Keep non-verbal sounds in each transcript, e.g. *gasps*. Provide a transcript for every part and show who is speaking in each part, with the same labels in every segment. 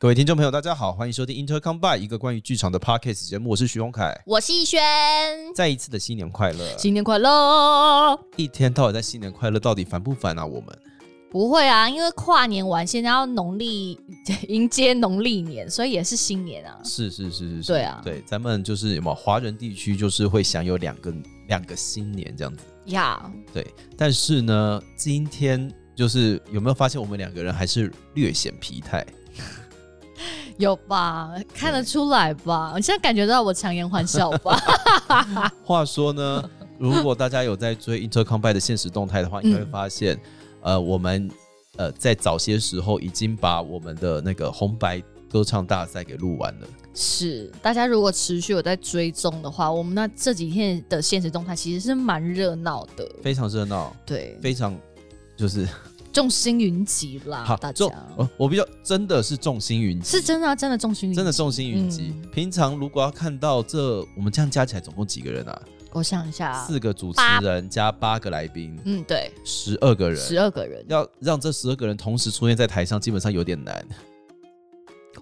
Speaker 1: 各位听众朋友，大家好，欢迎收听 Intercom By 一个关于剧场的 podcast 节目，我是徐宏凯。
Speaker 2: 我是逸轩，
Speaker 1: 再一次的新年快乐！
Speaker 2: 新年快乐！
Speaker 1: 一天到晚在新年快乐，到底烦不烦啊？我们
Speaker 2: 不会啊，因为跨年完，现在要农历迎接农历年，所以也是新年啊。
Speaker 1: 是是是是是，
Speaker 2: 对啊
Speaker 1: 对，咱们就是有没有华人地区就是会享有两个两个新年这样子，
Speaker 2: 呀、
Speaker 1: 对。但是呢，今天就是有没有发现我们两个人还是略显疲态？
Speaker 2: 有吧？看得出来吧？你现在感觉到我强颜欢笑吧？
Speaker 1: *laughs* 话说
Speaker 2: *laughs*
Speaker 1: 呢，如果大家有在追 Intercom By 的现实动态的话，
Speaker 2: 嗯
Speaker 1: 你会发现，呃，我们呃在早些时候已经把我们的那个红白歌唱大赛给录完了。
Speaker 2: 是，大家如果持续有在追踪的话，我们那这几天的现实动态其实是蛮热闹的，
Speaker 1: 非常热闹，
Speaker 2: 对，
Speaker 1: 非常就是 *laughs*
Speaker 2: 众星云集啦，大家
Speaker 1: 众，哦我比较真的是众星云集，
Speaker 2: 是真的啊、真的众星云集，
Speaker 1: 真的众星云集。
Speaker 2: 嗯
Speaker 1: 平常如果要看到这，我们这样加起来总共几个人啊？
Speaker 2: 我想一下，
Speaker 1: 四个主持
Speaker 2: 八
Speaker 1: 人加八个来宾，
Speaker 2: 嗯，对，
Speaker 1: 十二个人。
Speaker 2: 十二个人，
Speaker 1: 要让这十二个人同时出现在台上，基本上有点难，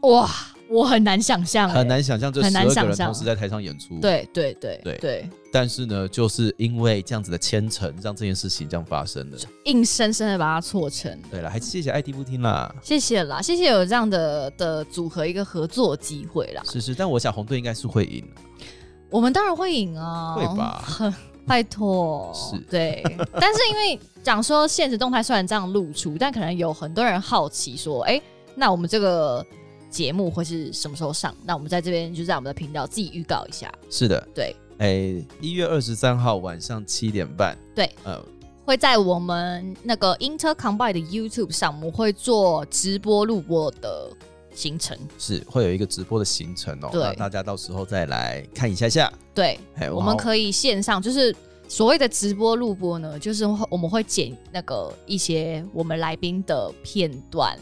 Speaker 2: 哇，我很难想象、
Speaker 1: 很。难想象这
Speaker 2: 很
Speaker 1: 十
Speaker 2: 难
Speaker 1: 二个
Speaker 2: 想
Speaker 1: 人
Speaker 2: 象
Speaker 1: 同时在台上演出。，
Speaker 2: 对对对
Speaker 1: 对
Speaker 2: 对，
Speaker 1: 但是呢，就是因为这样子的牵扯，让这件事情这样发生的。
Speaker 2: 硬生生的把它错成。
Speaker 1: 对了，还谢谢爱迪不听啦，
Speaker 2: 谢谢啦，谢谢有这样的的组合一个合作机会啦。
Speaker 1: 是是，但我想红队应该是会赢，
Speaker 2: 我们当然会赢啊，
Speaker 1: 会吧？
Speaker 2: 拜托，
Speaker 1: 是 *laughs*
Speaker 2: 对。但是因为讲说现实动态虽然这样露出，但可能有很多人好奇说，哎、那我们这个节目会是什么时候上？那我们在这边就在我们的频道自己预告一下，
Speaker 1: 是的，
Speaker 2: *laughs* 对，
Speaker 1: 哎，一月二十三号晚上七点半，
Speaker 2: 对，
Speaker 1: 呃，
Speaker 2: 会在我们那个 Intercombine 的 YouTube 上，我们会做直播录播的行程，
Speaker 1: 是会有一个直播的行程哦，
Speaker 2: 对
Speaker 1: 那大家到时候再来看一下下，
Speaker 2: 对。
Speaker 1: 哎，
Speaker 2: 我们
Speaker 1: 以
Speaker 2: 可以线上，就是所谓的直播录播呢，就是会我们会剪那个一些我们来宾的片段，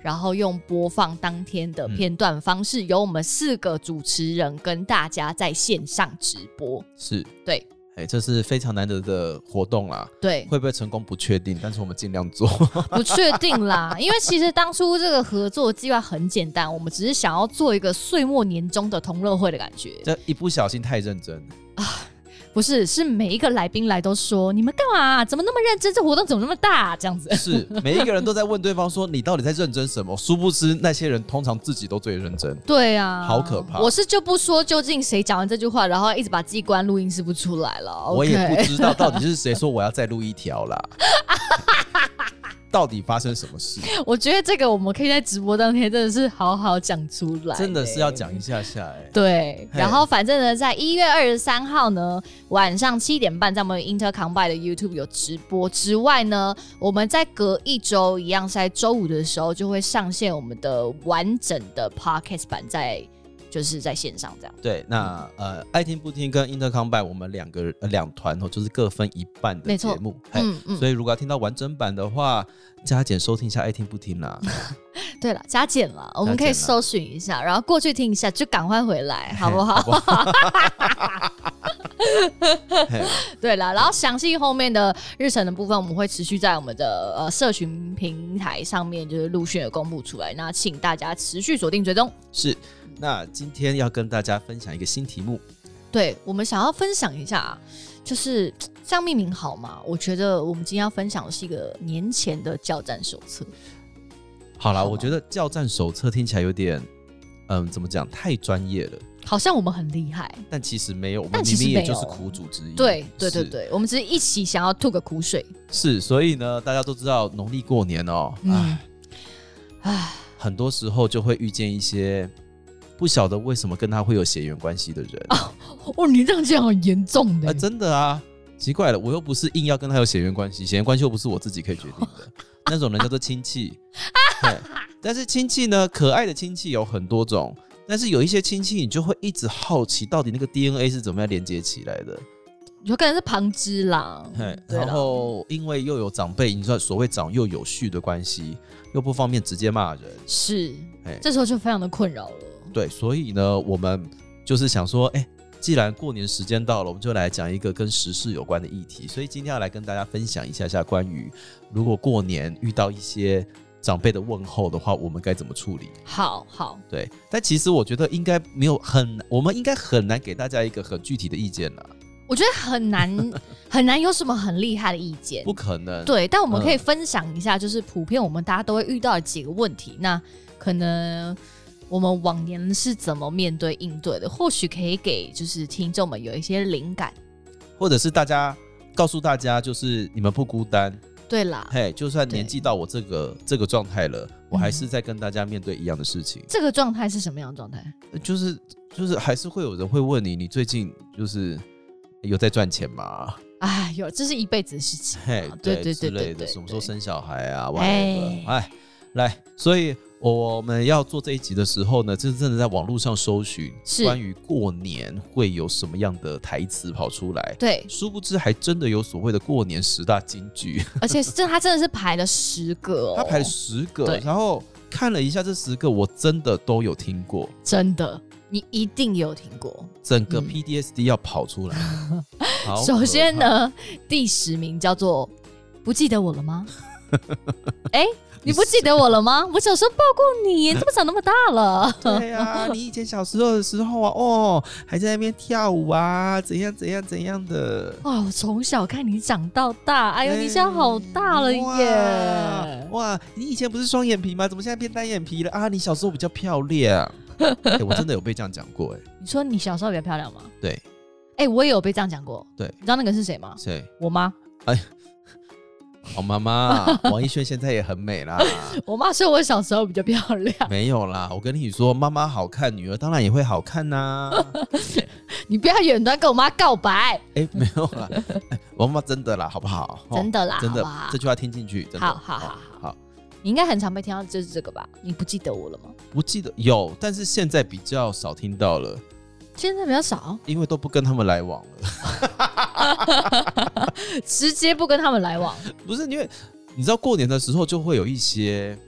Speaker 2: 然后用播放当天的片段方式，由我们四个主持人跟大家在线上直播。
Speaker 1: 是
Speaker 2: 对。
Speaker 1: 哎，这是非常难得的活动啦，
Speaker 2: 对，
Speaker 1: 会不会成功不确定，但是我们尽量做。 *laughs*
Speaker 2: *laughs* 不确定啦，因为其实当初这个合作计划很简单，我们只是想要做一个岁末年终的同乐会的感觉。
Speaker 1: 这一不小心太认真，
Speaker 2: 不是，是每一个来宾来都说，你们干嘛、怎么那么认真？这活动怎么那么大、这 *laughs* 样子。
Speaker 1: 是每一个人都在问对方说你到底在认真什么？殊不知那些人通常自己都最认真。
Speaker 2: 对啊，
Speaker 1: 好可怕
Speaker 2: 我是就不说究竟谁讲完这句话，然后一直把自己关录音室不出来了。
Speaker 1: 我也
Speaker 2: OK
Speaker 1: 不
Speaker 2: *laughs*
Speaker 1: 知道到底是谁说我要再录一条啦，到底发生什么事？
Speaker 2: 我觉得这个我们可以在直播当天真的是好好讲出来，
Speaker 1: 真的是要。讲一下下哎、
Speaker 2: 对，
Speaker 1: 嘿
Speaker 2: 然后反正呢，在一月二十三号呢晚上七点半，在我们 Intercombine 的 YouTube 有直播之外呢，我们在隔一周一样，是在周五的时候就会上线我们的完整的 Podcast 版在，就是在线上这样。
Speaker 1: 对，那呃，爱听不听跟 Intercom by 我们两个呃两团哦，就是各分一半的
Speaker 2: 没
Speaker 1: 节
Speaker 2: 错
Speaker 1: 目，嘿
Speaker 2: 嗯嗯，
Speaker 1: 所以如果要听到完整版的话，加减收听一下爱听不听啦。
Speaker 2: 对了，加减了，我们可以搜寻一下，然后过去听一下，就赶快回来，好不好？
Speaker 1: 嘿
Speaker 2: *laughs* 对了，然后详细后面的日程的部分，我们会持续在我们的呃社群平台上面，就是陆续的公布出来。那请大家持续锁定追踪。
Speaker 1: 是，那今天要跟大家分享一个新题目，
Speaker 2: 对我们想要分享一下啊，就是嘖这样命名好吗？我觉得我们今天要分享的是一个年前的教战手册。
Speaker 1: 好啦，
Speaker 2: 好吗
Speaker 1: 我觉得教战手册听起来有点，嗯，怎么讲？太专业了，
Speaker 2: 好像我们很厉害，
Speaker 1: 但其实没有，我们
Speaker 2: 但
Speaker 1: 明
Speaker 2: 其实
Speaker 1: 明也
Speaker 2: 没
Speaker 1: 就
Speaker 2: 有
Speaker 1: 是苦主之一。
Speaker 2: 对对
Speaker 1: 是，
Speaker 2: 对对，我们只是一起想要吐个苦水，
Speaker 1: 是，所以呢，大家都知道农历过年哦，唉
Speaker 2: 嗯，唉，
Speaker 1: 很多时候就会遇见一些不晓得为什么跟他会有血缘关系的人，
Speaker 2: 哦，你这样讲很严重的
Speaker 1: 啊，，真的啊，奇怪了，我又不是硬要跟他有血缘关系，血缘关系又不是我自己可以决定
Speaker 2: 哦
Speaker 1: 的，那种人叫做亲
Speaker 2: *laughs*
Speaker 1: 戚。对但是亲戚呢，可爱的亲戚有很多种，但是有一些亲戚你就会一直好奇，到底那个 DNA 是怎么样连接起来的。
Speaker 2: 有可能是旁支啦
Speaker 1: 嘿，
Speaker 2: 嗯对啦
Speaker 1: 然后因为又有长辈，你知道所谓长幼有序的关系，又不方便直接骂人，
Speaker 2: 是
Speaker 1: 嘿，
Speaker 2: 这时候就非常的困扰了。
Speaker 1: 对，所以呢，我们就是想说，哎、既然过年时间到了，我们就来讲一个跟时事有关的议题。所以今天要来跟大家分享一下下关于如果过年遇到一些长辈的问候的话，我们该怎么处理？
Speaker 2: 好好，
Speaker 1: 对，但其实我觉得应该没有很，我们应该很难给大家一个很具体的意见啦，
Speaker 2: 我觉得很 *laughs* 难很难有什么很厉害的意见
Speaker 1: 不。可能。
Speaker 2: 对，但我们可以分享一下，就是普遍我们大家都会遇到的几个问题。那可能我们往年是怎么面对应对的？或许可以给就是听众们有一些灵感。
Speaker 1: 或者是大家告诉大家，就是你们不孤单，
Speaker 2: 对啦，
Speaker 1: 嘿，就算
Speaker 2: 对嗯
Speaker 1: 年纪到我这个这个状态了，我还是在跟大家面对一样的事情，
Speaker 2: 这个状态是什么样的状态？
Speaker 1: 就是就是还是会有人会问你，你最近就是有在赚钱吗？ *laughs*
Speaker 2: 哎呦，这是一辈子的事情。
Speaker 1: 嘿，
Speaker 2: 哦对对
Speaker 1: 之
Speaker 2: 对
Speaker 1: 类
Speaker 2: 对
Speaker 1: 的，
Speaker 2: 对
Speaker 1: 什么时候
Speaker 2: 对
Speaker 1: 生小孩啊
Speaker 2: 哎
Speaker 1: ？whatever，哎，来，所以我们要做这一集的时候呢，就是真的在网络上搜寻
Speaker 2: 是
Speaker 1: 关于过年会有什么样的台词跑出来。，
Speaker 2: 对
Speaker 1: 殊不知，还真的有所谓的过年十大金句，
Speaker 2: 而且是这他真的是排了十个、哦，
Speaker 1: 他排了十个
Speaker 2: 对，
Speaker 1: 然后看了一下这十个，我真的都有听过，
Speaker 2: 真的，你一定有听过。
Speaker 1: 整个
Speaker 2: 嗯
Speaker 1: PDSD 要跑出来。
Speaker 2: *laughs*
Speaker 1: 好
Speaker 2: 首先
Speaker 1: 可怕，
Speaker 2: 呢，第十名叫做“不记得我了 *laughs* 吗？”哎、你不记得我了吗？我小时候抱过你，怎么长那么大了？ *laughs*
Speaker 1: *laughs* 对啊，你以前小时候的时候啊，哦，还在那边跳舞啊，怎样怎样怎样的。
Speaker 2: 哇，我从小看你长到大，哎呦，你现在好大了
Speaker 1: 哇
Speaker 2: 耶！
Speaker 1: 哎哇，你以前不是双眼皮吗？怎么现在变单眼皮了啊？你小时候比较漂
Speaker 2: *laughs*
Speaker 1: 亮。欸我真的有被这样讲过哎、
Speaker 2: 你说你小时候比较漂亮吗？
Speaker 1: 对，
Speaker 2: 哎、我也有被这样讲过。
Speaker 1: 对
Speaker 2: 你知道那个是谁吗？
Speaker 1: 谁？
Speaker 2: 我妈，
Speaker 1: 好哦妈
Speaker 2: *laughs*
Speaker 1: 妈，王一轩现在也很美啦。
Speaker 2: 我妈说我小时候比较漂亮。 *laughs*
Speaker 1: 没有啦，我跟你说，妈妈好看，女儿当然也会好看
Speaker 2: *laughs*
Speaker 1: 呐、
Speaker 2: 你不要远端跟我妈告白，
Speaker 1: 哎、没有啦，哎我妈妈真的啦，好不好？哦
Speaker 2: 真的啦，
Speaker 1: 真的
Speaker 2: 好不好
Speaker 1: 这句话听进去，真的。
Speaker 2: 好好好
Speaker 1: 哦
Speaker 2: 好
Speaker 1: 好，
Speaker 2: 你应该很常被听到就是这个吧？你不记得我了吗？
Speaker 1: 不记得有，但是现在比较少听到了，
Speaker 2: 现在比较少，
Speaker 1: 因为都不跟他们来往了。 *laughs*
Speaker 2: 直接不跟他们来往。
Speaker 1: 不是因为你知道过年的时候就会有一些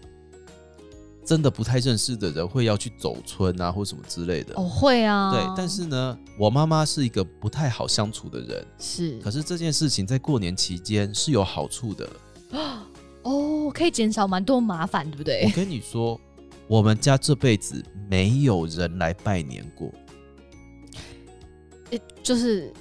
Speaker 1: 真的不太认识的人会要去走村啊或什么之类的。
Speaker 2: 哦，会啊，
Speaker 1: 对，但是呢，我妈妈是一个不太好相处的人，
Speaker 2: 是
Speaker 1: 可是这件事情在过年期间是有好处的。
Speaker 2: 哦，可以减少蛮多麻烦，对不
Speaker 1: 我
Speaker 2: 对？
Speaker 1: 跟你说，我们家这辈子没有人来拜年过，
Speaker 2: *laughs* 就是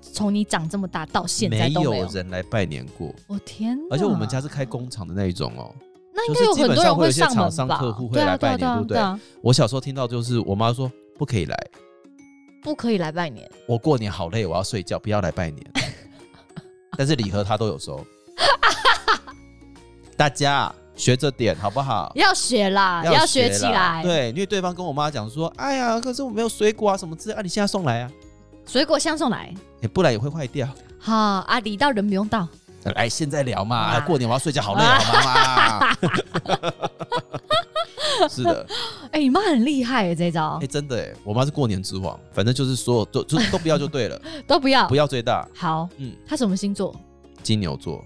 Speaker 2: 从你长这么大到现在
Speaker 1: 没
Speaker 2: 都没
Speaker 1: 有
Speaker 2: 有。
Speaker 1: 人来拜年过，
Speaker 2: 我、天哪！
Speaker 1: 而且我们家是开工厂的那一种哦。
Speaker 2: 那应
Speaker 1: 就
Speaker 2: 该
Speaker 1: 是
Speaker 2: 有
Speaker 1: 基
Speaker 2: 很
Speaker 1: 本
Speaker 2: 多
Speaker 1: 上
Speaker 2: 人
Speaker 1: 会有一些
Speaker 2: 上
Speaker 1: 厂
Speaker 2: 门
Speaker 1: 商
Speaker 2: 吧？
Speaker 1: 客户会
Speaker 2: 对啊
Speaker 1: 来
Speaker 2: 对
Speaker 1: 拜
Speaker 2: 啊
Speaker 1: 年
Speaker 2: 对啊
Speaker 1: 对不
Speaker 2: 对啊
Speaker 1: 我小时候听到就是我妈说不可以来，
Speaker 2: 不可以来拜年，
Speaker 1: 我过年好累，我要睡觉，不要来拜年。
Speaker 2: *laughs*
Speaker 1: 但是礼盒他都有收，大家学着点好不好？
Speaker 2: 要学啦，要学起
Speaker 1: 啦
Speaker 2: 来。，
Speaker 1: 对，因为对方跟我妈讲说，哎呀，可是我没有水果啊什么之类，啊，你现在送来啊，
Speaker 2: 水果箱送来，
Speaker 1: 哎不然也会坏掉。
Speaker 2: 好啊，礼到人不用到。
Speaker 1: 哎，现在聊嘛，
Speaker 2: 啊
Speaker 1: 过年我要睡觉，好累啊，妈妈。啊 *laughs* 是的，
Speaker 2: 哎、你妈很厉害耶，这一招
Speaker 1: 哎、、真的哎，我妈是过年之王，反正就是所有都就是都不要就对
Speaker 2: *laughs*
Speaker 1: 了，
Speaker 2: 都不要。
Speaker 1: 哎不要最大。
Speaker 2: 好，
Speaker 1: 嗯，
Speaker 2: 她什么星座？
Speaker 1: 金牛座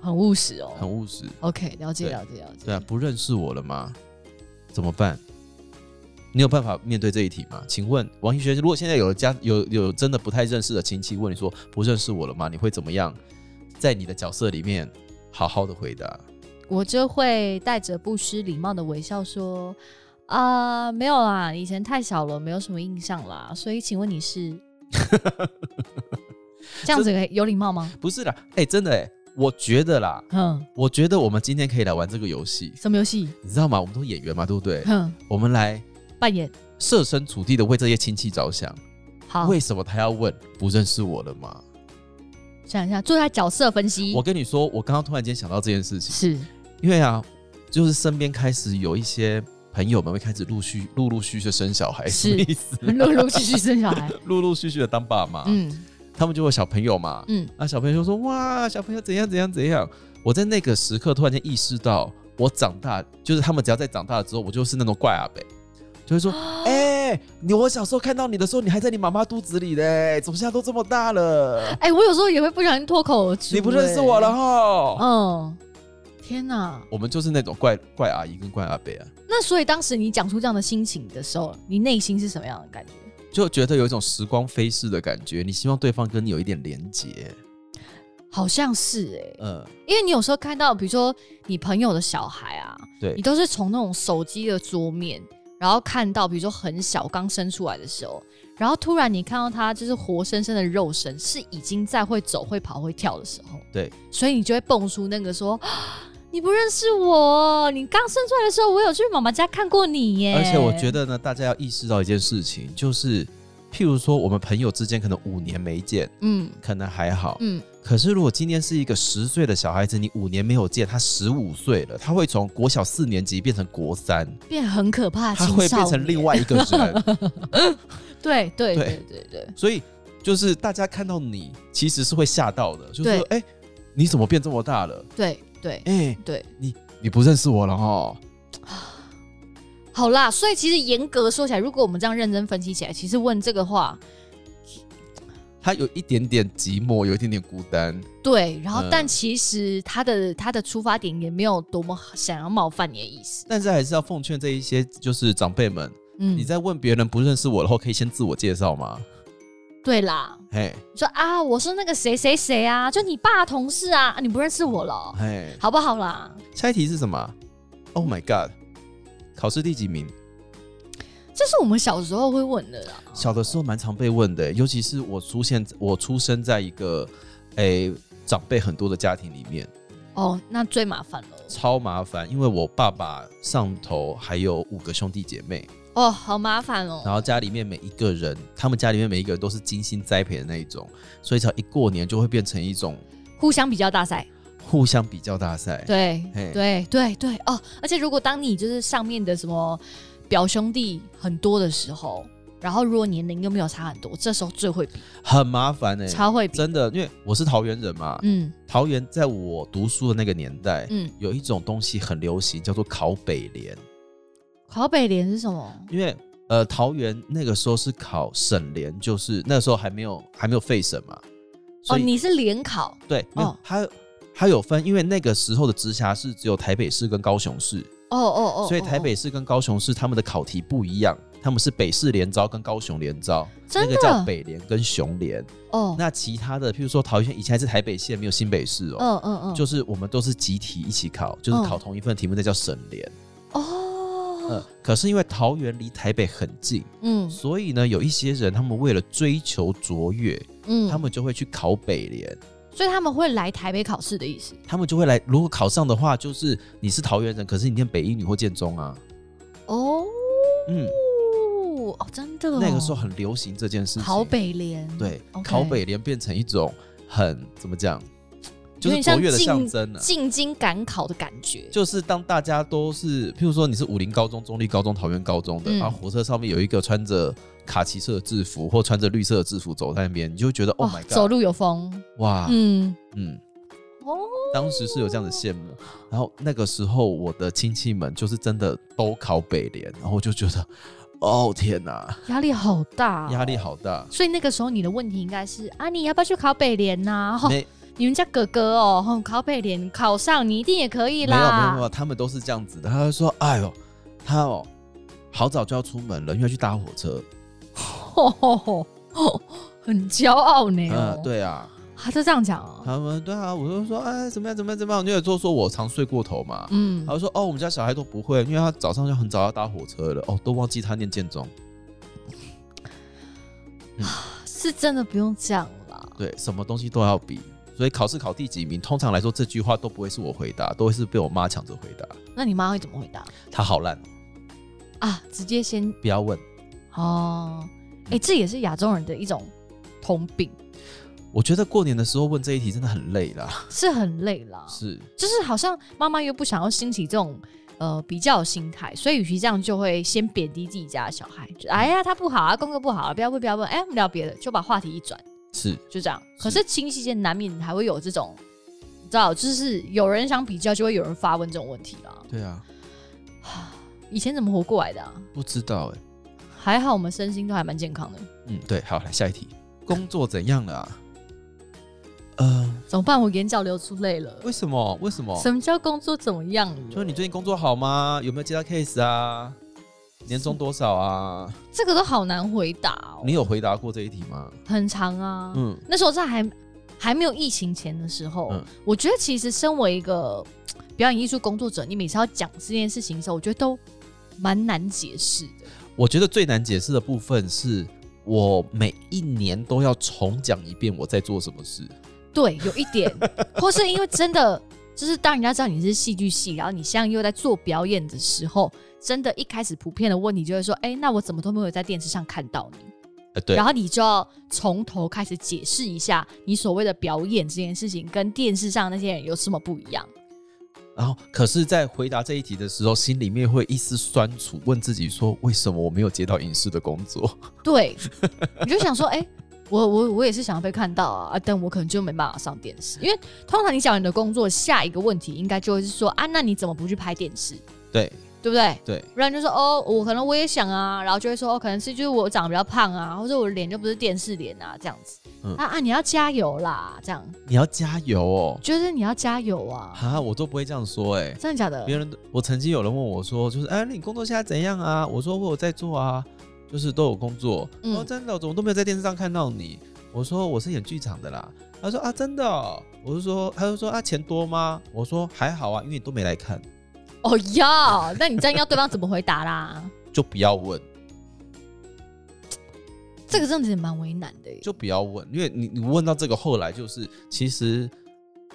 Speaker 2: 很务实哦。
Speaker 1: 很务实，
Speaker 2: OK，了解
Speaker 1: 对
Speaker 2: 了解了解。
Speaker 1: 对啊，不认识我了吗？怎么办？你有办法面对这一题吗？请问王一轩，如果现在有家有有真的不太认识的亲戚问你说不认识我了吗？你会怎么样？在你的角色里面好好的回答。
Speaker 2: 我就会带着不失礼貌的微笑说：“啊、没有啦，以前太小了，没有什么印象啦。所以，请问你是
Speaker 1: *laughs*
Speaker 2: 这样子可以有礼貌吗
Speaker 1: 不是啦，哎、真的哎、我觉得啦，？”
Speaker 2: 哼，
Speaker 1: 我觉得我们今天可以来玩这个游戏，
Speaker 2: 什么游戏？
Speaker 1: 你知道吗？我们都是演员嘛，对不对？
Speaker 2: 哼，
Speaker 1: 我们来
Speaker 2: 扮演
Speaker 1: 设身处地的为这些亲戚着想。
Speaker 2: 好，
Speaker 1: 为什么他要问不认识我了吗？
Speaker 2: 想一下，做一下角色分析
Speaker 1: 我。跟你说，我刚刚突然间想到这件事情，
Speaker 2: 是
Speaker 1: 因为啊，就是身边开始有一些朋友们会开始陆续、陆陆续续地生小孩，哎
Speaker 2: 是
Speaker 1: 什么意思？
Speaker 2: *laughs* 陆陆续续生小孩，
Speaker 1: *laughs* 陆陆续续的当爸妈，
Speaker 2: 嗯
Speaker 1: 他们就有小朋友嘛，
Speaker 2: 嗯，
Speaker 1: 啊，小朋友就说哇，小朋友怎样怎样怎样。我在那个时刻突然间意识到，我长大就是他们只要在长大了之后，我就是那种怪阿北，就会说，
Speaker 2: 哦
Speaker 1: 哎、你我小时候看到你的时候，你还在你妈妈肚子里嘞，怎么现在都这么大了？
Speaker 2: *laughs* 哎、我有时候也会不小心脱口而出、
Speaker 1: 你不认识我了
Speaker 2: 哎？
Speaker 1: 哈？
Speaker 2: 嗯，天哪！
Speaker 1: 我们就是那种怪怪阿姨跟怪阿伯啊，
Speaker 2: 那所以当时你讲出这样的心情的时候，你内心是什么样的感觉？
Speaker 1: 就觉得有一种时光飞逝的感觉。你希望对方跟你有一点连结，
Speaker 2: 好像是哎、
Speaker 1: 嗯，
Speaker 2: 因为你有时候看到，比如说你朋友的小孩啊，
Speaker 1: 对
Speaker 2: 你，都是从那种手机的桌面，然后看到，比如说很小刚生出来的时候，然后突然你看到他就是活生生的肉身，是已经在会走、会跑、会跳的时候，
Speaker 1: 对，
Speaker 2: 所以你就会蹦出那个说。 *gasps* 啊你不认识我，你刚生出来的时候，我有去妈妈家看过你耶。
Speaker 1: 而且我觉得呢，大家要意识到一件事情，就是譬如说我们朋友之间可能五年没见，
Speaker 2: 嗯
Speaker 1: 可能还好，
Speaker 2: 嗯，
Speaker 1: 可是如果今天是一个十岁的小孩子，你五年没有见，他十五岁了，他会从国小四年级变成国三，
Speaker 2: 变很可怕的
Speaker 1: 他
Speaker 2: 青少
Speaker 1: 会变成
Speaker 2: 年
Speaker 1: 另外一个人。
Speaker 2: *laughs* 对
Speaker 1: 对
Speaker 2: 对对对对，
Speaker 1: 所以就是大家看到你其实是会吓到的，就是
Speaker 2: 对
Speaker 1: 说，哎、你怎么变这么大了？
Speaker 2: 对对
Speaker 1: 哎、
Speaker 2: 对，
Speaker 1: 你不认识我了哈？
Speaker 2: 好啦，所以其实严格说起来，如果我们这样认真分析起来，其实问这个话，
Speaker 1: 他有一点点寂寞，有一点点孤单，
Speaker 2: 对，然后
Speaker 1: 嗯
Speaker 2: 但其实他的他的出发点也没有多么想要冒犯你的意思，
Speaker 1: 但是还是要奉劝这一些就是长辈们，你
Speaker 2: 嗯，
Speaker 1: 在问别人不认识我的后，可以先自我介绍吗？
Speaker 2: 对啦，
Speaker 1: 嘿，
Speaker 2: 你说啊，我是那个谁谁谁啊，就你爸的同事啊，啊你不认识我了哦，
Speaker 1: 嘿，
Speaker 2: 好不好啦？
Speaker 1: 下一题是什么？Oh my god！考试第几名？
Speaker 2: 这是我们小时候会问的啦，
Speaker 1: 小的时候蛮常被问的，尤其是我出现我出生在一个诶、长辈很多的家庭里面，
Speaker 2: 哦，那最麻烦了，
Speaker 1: 超麻烦。因为我爸爸上头还有五个兄弟姐妹，
Speaker 2: 哦，好麻烦哦，
Speaker 1: 然后家里面每一个人，他们家里面每一个人都是精心栽培的那一种，所以只要一过年就会变成一种
Speaker 2: 互相比较大赛。
Speaker 1: 互相比较大赛。
Speaker 2: 对
Speaker 1: 嘿
Speaker 2: 对对对哦！而且如果当你就是上面的什么表兄弟很多的时候，然后如果年龄又没有差很多，这时候最会比，
Speaker 1: 很麻烦哎、
Speaker 2: 超会比。
Speaker 1: 真的，因为我是桃园人嘛，
Speaker 2: 嗯
Speaker 1: 桃园在我读书的那个年代，
Speaker 2: 嗯，
Speaker 1: 有一种东西很流行，叫做考北联，
Speaker 2: 考北联是什么？哦
Speaker 1: 因为呃，桃园那个时候是考省联，就是那时候还没有还没有废省嘛，
Speaker 2: 哦，
Speaker 1: 所以、
Speaker 2: 你是联考
Speaker 1: 对，没有
Speaker 2: 哦
Speaker 1: 它它有分，因为那个时候的直辖市只有台北市跟高雄市，
Speaker 2: 哦哦哦，
Speaker 1: 所以台北
Speaker 2: 哦
Speaker 1: 市跟高雄市他们的考题不一样，他们是北市联招跟高雄联招，那
Speaker 2: 真
Speaker 1: 个叫
Speaker 2: 的
Speaker 1: 北联跟雄联。
Speaker 2: 哦，
Speaker 1: 那其他的，譬如说桃园以前还是台北县，没有新北市哦。
Speaker 2: 嗯嗯嗯，
Speaker 1: 就是我们都是集体一起考，就是
Speaker 2: 嗯
Speaker 1: 考同一份题目，那叫省联。
Speaker 2: 哦
Speaker 1: 嗯，可是因为桃园离台北很近，
Speaker 2: 嗯
Speaker 1: 所以呢，有一些人他们为了追求卓越，
Speaker 2: 嗯，
Speaker 1: 他们就会去考北联，
Speaker 2: 所以他们会来台北考试的意思
Speaker 1: 他们就会来。如果考上的话，就是你是桃园人，可是你念北一女或建中啊，
Speaker 2: 哦
Speaker 1: 嗯，
Speaker 2: 哦，真的哦
Speaker 1: 那个时候很流行这件事情。
Speaker 2: 考北联
Speaker 1: 对
Speaker 2: OK
Speaker 1: 考北联变成一种很怎么讲，就
Speaker 2: 有
Speaker 1: 是
Speaker 2: 点像
Speaker 1: 卓越的
Speaker 2: 进
Speaker 1: 象征了、
Speaker 2: 进京赶考的感觉，
Speaker 1: 就是当大家都是，譬如说你是武林高中、中立高中、桃园高中的，
Speaker 2: 嗯
Speaker 1: 然后火车上面有一个穿着卡其色的制服或穿着绿色的制服走在那边，你就会觉得 Oh my
Speaker 2: 哦走
Speaker 1: God，
Speaker 2: 路有风，
Speaker 1: 哇，
Speaker 2: 嗯，
Speaker 1: 嗯，
Speaker 2: 哦，
Speaker 1: 当时是有这样的羡慕。然后那个时候我的亲戚们就是真的都考北联，然后我就觉得，哦天哪，
Speaker 2: 压力好大、
Speaker 1: 压力。好大。
Speaker 2: 所以那个时候你的问题应该是啊，你要不要去考北联呐、吼
Speaker 1: 没
Speaker 2: 你们家哥哥哦，吼考北联考上你一定也可以
Speaker 1: 没有没
Speaker 2: 啦。
Speaker 1: 有没有，他们都是这样子的。他就说，哎呦，他哦，好早就要出门了，因为要去搭火车。
Speaker 2: 吼吼吼吼哦很骄傲呢、
Speaker 1: 嗯、
Speaker 2: 哦
Speaker 1: 对啊。
Speaker 2: 他就这样讲啊、
Speaker 1: 他们对啊，我就说哎，怎么样怎么样怎么样？因为就说我常睡过头嘛。
Speaker 2: 嗯
Speaker 1: 然，后说哦，我们家小孩都不会，因为他早上就很早要搭火车了，哦，都忘记他念建中。
Speaker 2: 是真的不用这样啦。
Speaker 1: 对，什么东西都要比，所以考试考第几名，通常来说这句话都不会是我回答，都会是被我妈抢着回答。
Speaker 2: 那你妈会怎么回答
Speaker 1: 他好烂哦，
Speaker 2: 啊？直接先
Speaker 1: 不要问。
Speaker 2: 哦，哎、这也是亚洲人的一种通病，
Speaker 1: 我觉得过年的时候问这一题真的很累啦。
Speaker 2: 是很累啦。
Speaker 1: 是，
Speaker 2: 就是好像妈妈又不想要兴起这种呃比较心态，所以与其这样，就会先贬低自己家的小孩，就哎呀他不好啊，功课不好啊，不要问不要问，哎我们聊别的，就把话题一转，
Speaker 1: 是，
Speaker 2: 就这样。可是亲戚间难免还会有这种，你知道，就是有人想比较，就会有人发问这种问题啦。
Speaker 1: 对啊，
Speaker 2: 以前怎么活过来的、啊？
Speaker 1: 不知道哎、
Speaker 2: 还好我们身心都还蛮健康的，
Speaker 1: 嗯，对，好，来下 *laughs* 一题，工作怎样了啊？呃，
Speaker 2: 怎么办？我眼角流出泪了。
Speaker 1: 为什么？为什么？
Speaker 2: 什么叫工作怎么样了？
Speaker 1: 就是你最近工作好吗？有没有接到 case 啊？年终多少啊？
Speaker 2: 这个都好难回答哦，
Speaker 1: 你有回答过这一题吗？
Speaker 2: 很长啊。
Speaker 1: 嗯，
Speaker 2: 那时候这还还没有疫情前的时候，
Speaker 1: 嗯
Speaker 2: 我觉得其实身为一个嘖表演艺术工作者，你每次要讲这件事情的时候，我觉得都蛮难解释的。
Speaker 1: 我觉得最难解释的部分是我每一年都要重讲一遍我在做什么事。
Speaker 2: 对，有一点，或是因为真的就是当人家知道你是戏剧系，然后你现在又在做表演的时候，真的一开始普遍的问题就会说，哎、那我怎么都没有在电视上看到你？
Speaker 1: 呃，对
Speaker 2: 然，后你就要从头开始解释一下你所谓的表演这件事情跟电视上那些人有什么不一样。
Speaker 1: 然后可是，在回答这一题的时候，心里面会一丝酸楚，问自己说：为什么我没有接到影视的工作？
Speaker 2: 对，你就想说，哎、我我我也是想要被看到啊，啊但我可能就没办法上电视，因为通常你讲你的工作，下一个问题应该就会是说啊，那你怎么不去拍电视，
Speaker 1: 对
Speaker 2: 对不对？
Speaker 1: 对，
Speaker 2: 不然就说哦，我可能我也想啊，然后就会说哦，可能是就是我长得比较胖啊，或者我的脸就不是电视脸啊，这样子。
Speaker 1: 嗯
Speaker 2: 啊啊，你要加油啦，这样
Speaker 1: *laughs* 你要加油哦！
Speaker 2: 就是你要加油啊，
Speaker 1: 啊，我都不会这样说哎、
Speaker 2: 真的假的？
Speaker 1: 别人都我曾经有人问我说，就是哎、你工作现在怎样啊？我说我有在做啊，就是都有工作。
Speaker 2: 嗯
Speaker 1: 哦，真的哦，我怎么都没有在电视上看到你？我说我是演剧场的啦。他说啊，真的哦、我就说，他就说啊，钱多吗？我说还好啊，因为你都没来看，
Speaker 2: 哦哟，那你这样要对方怎么回答啦？
Speaker 1: 就不要问，
Speaker 2: 这个真的是蛮为难的耶。
Speaker 1: 就不要问，因为你你问到这个后来就是，其实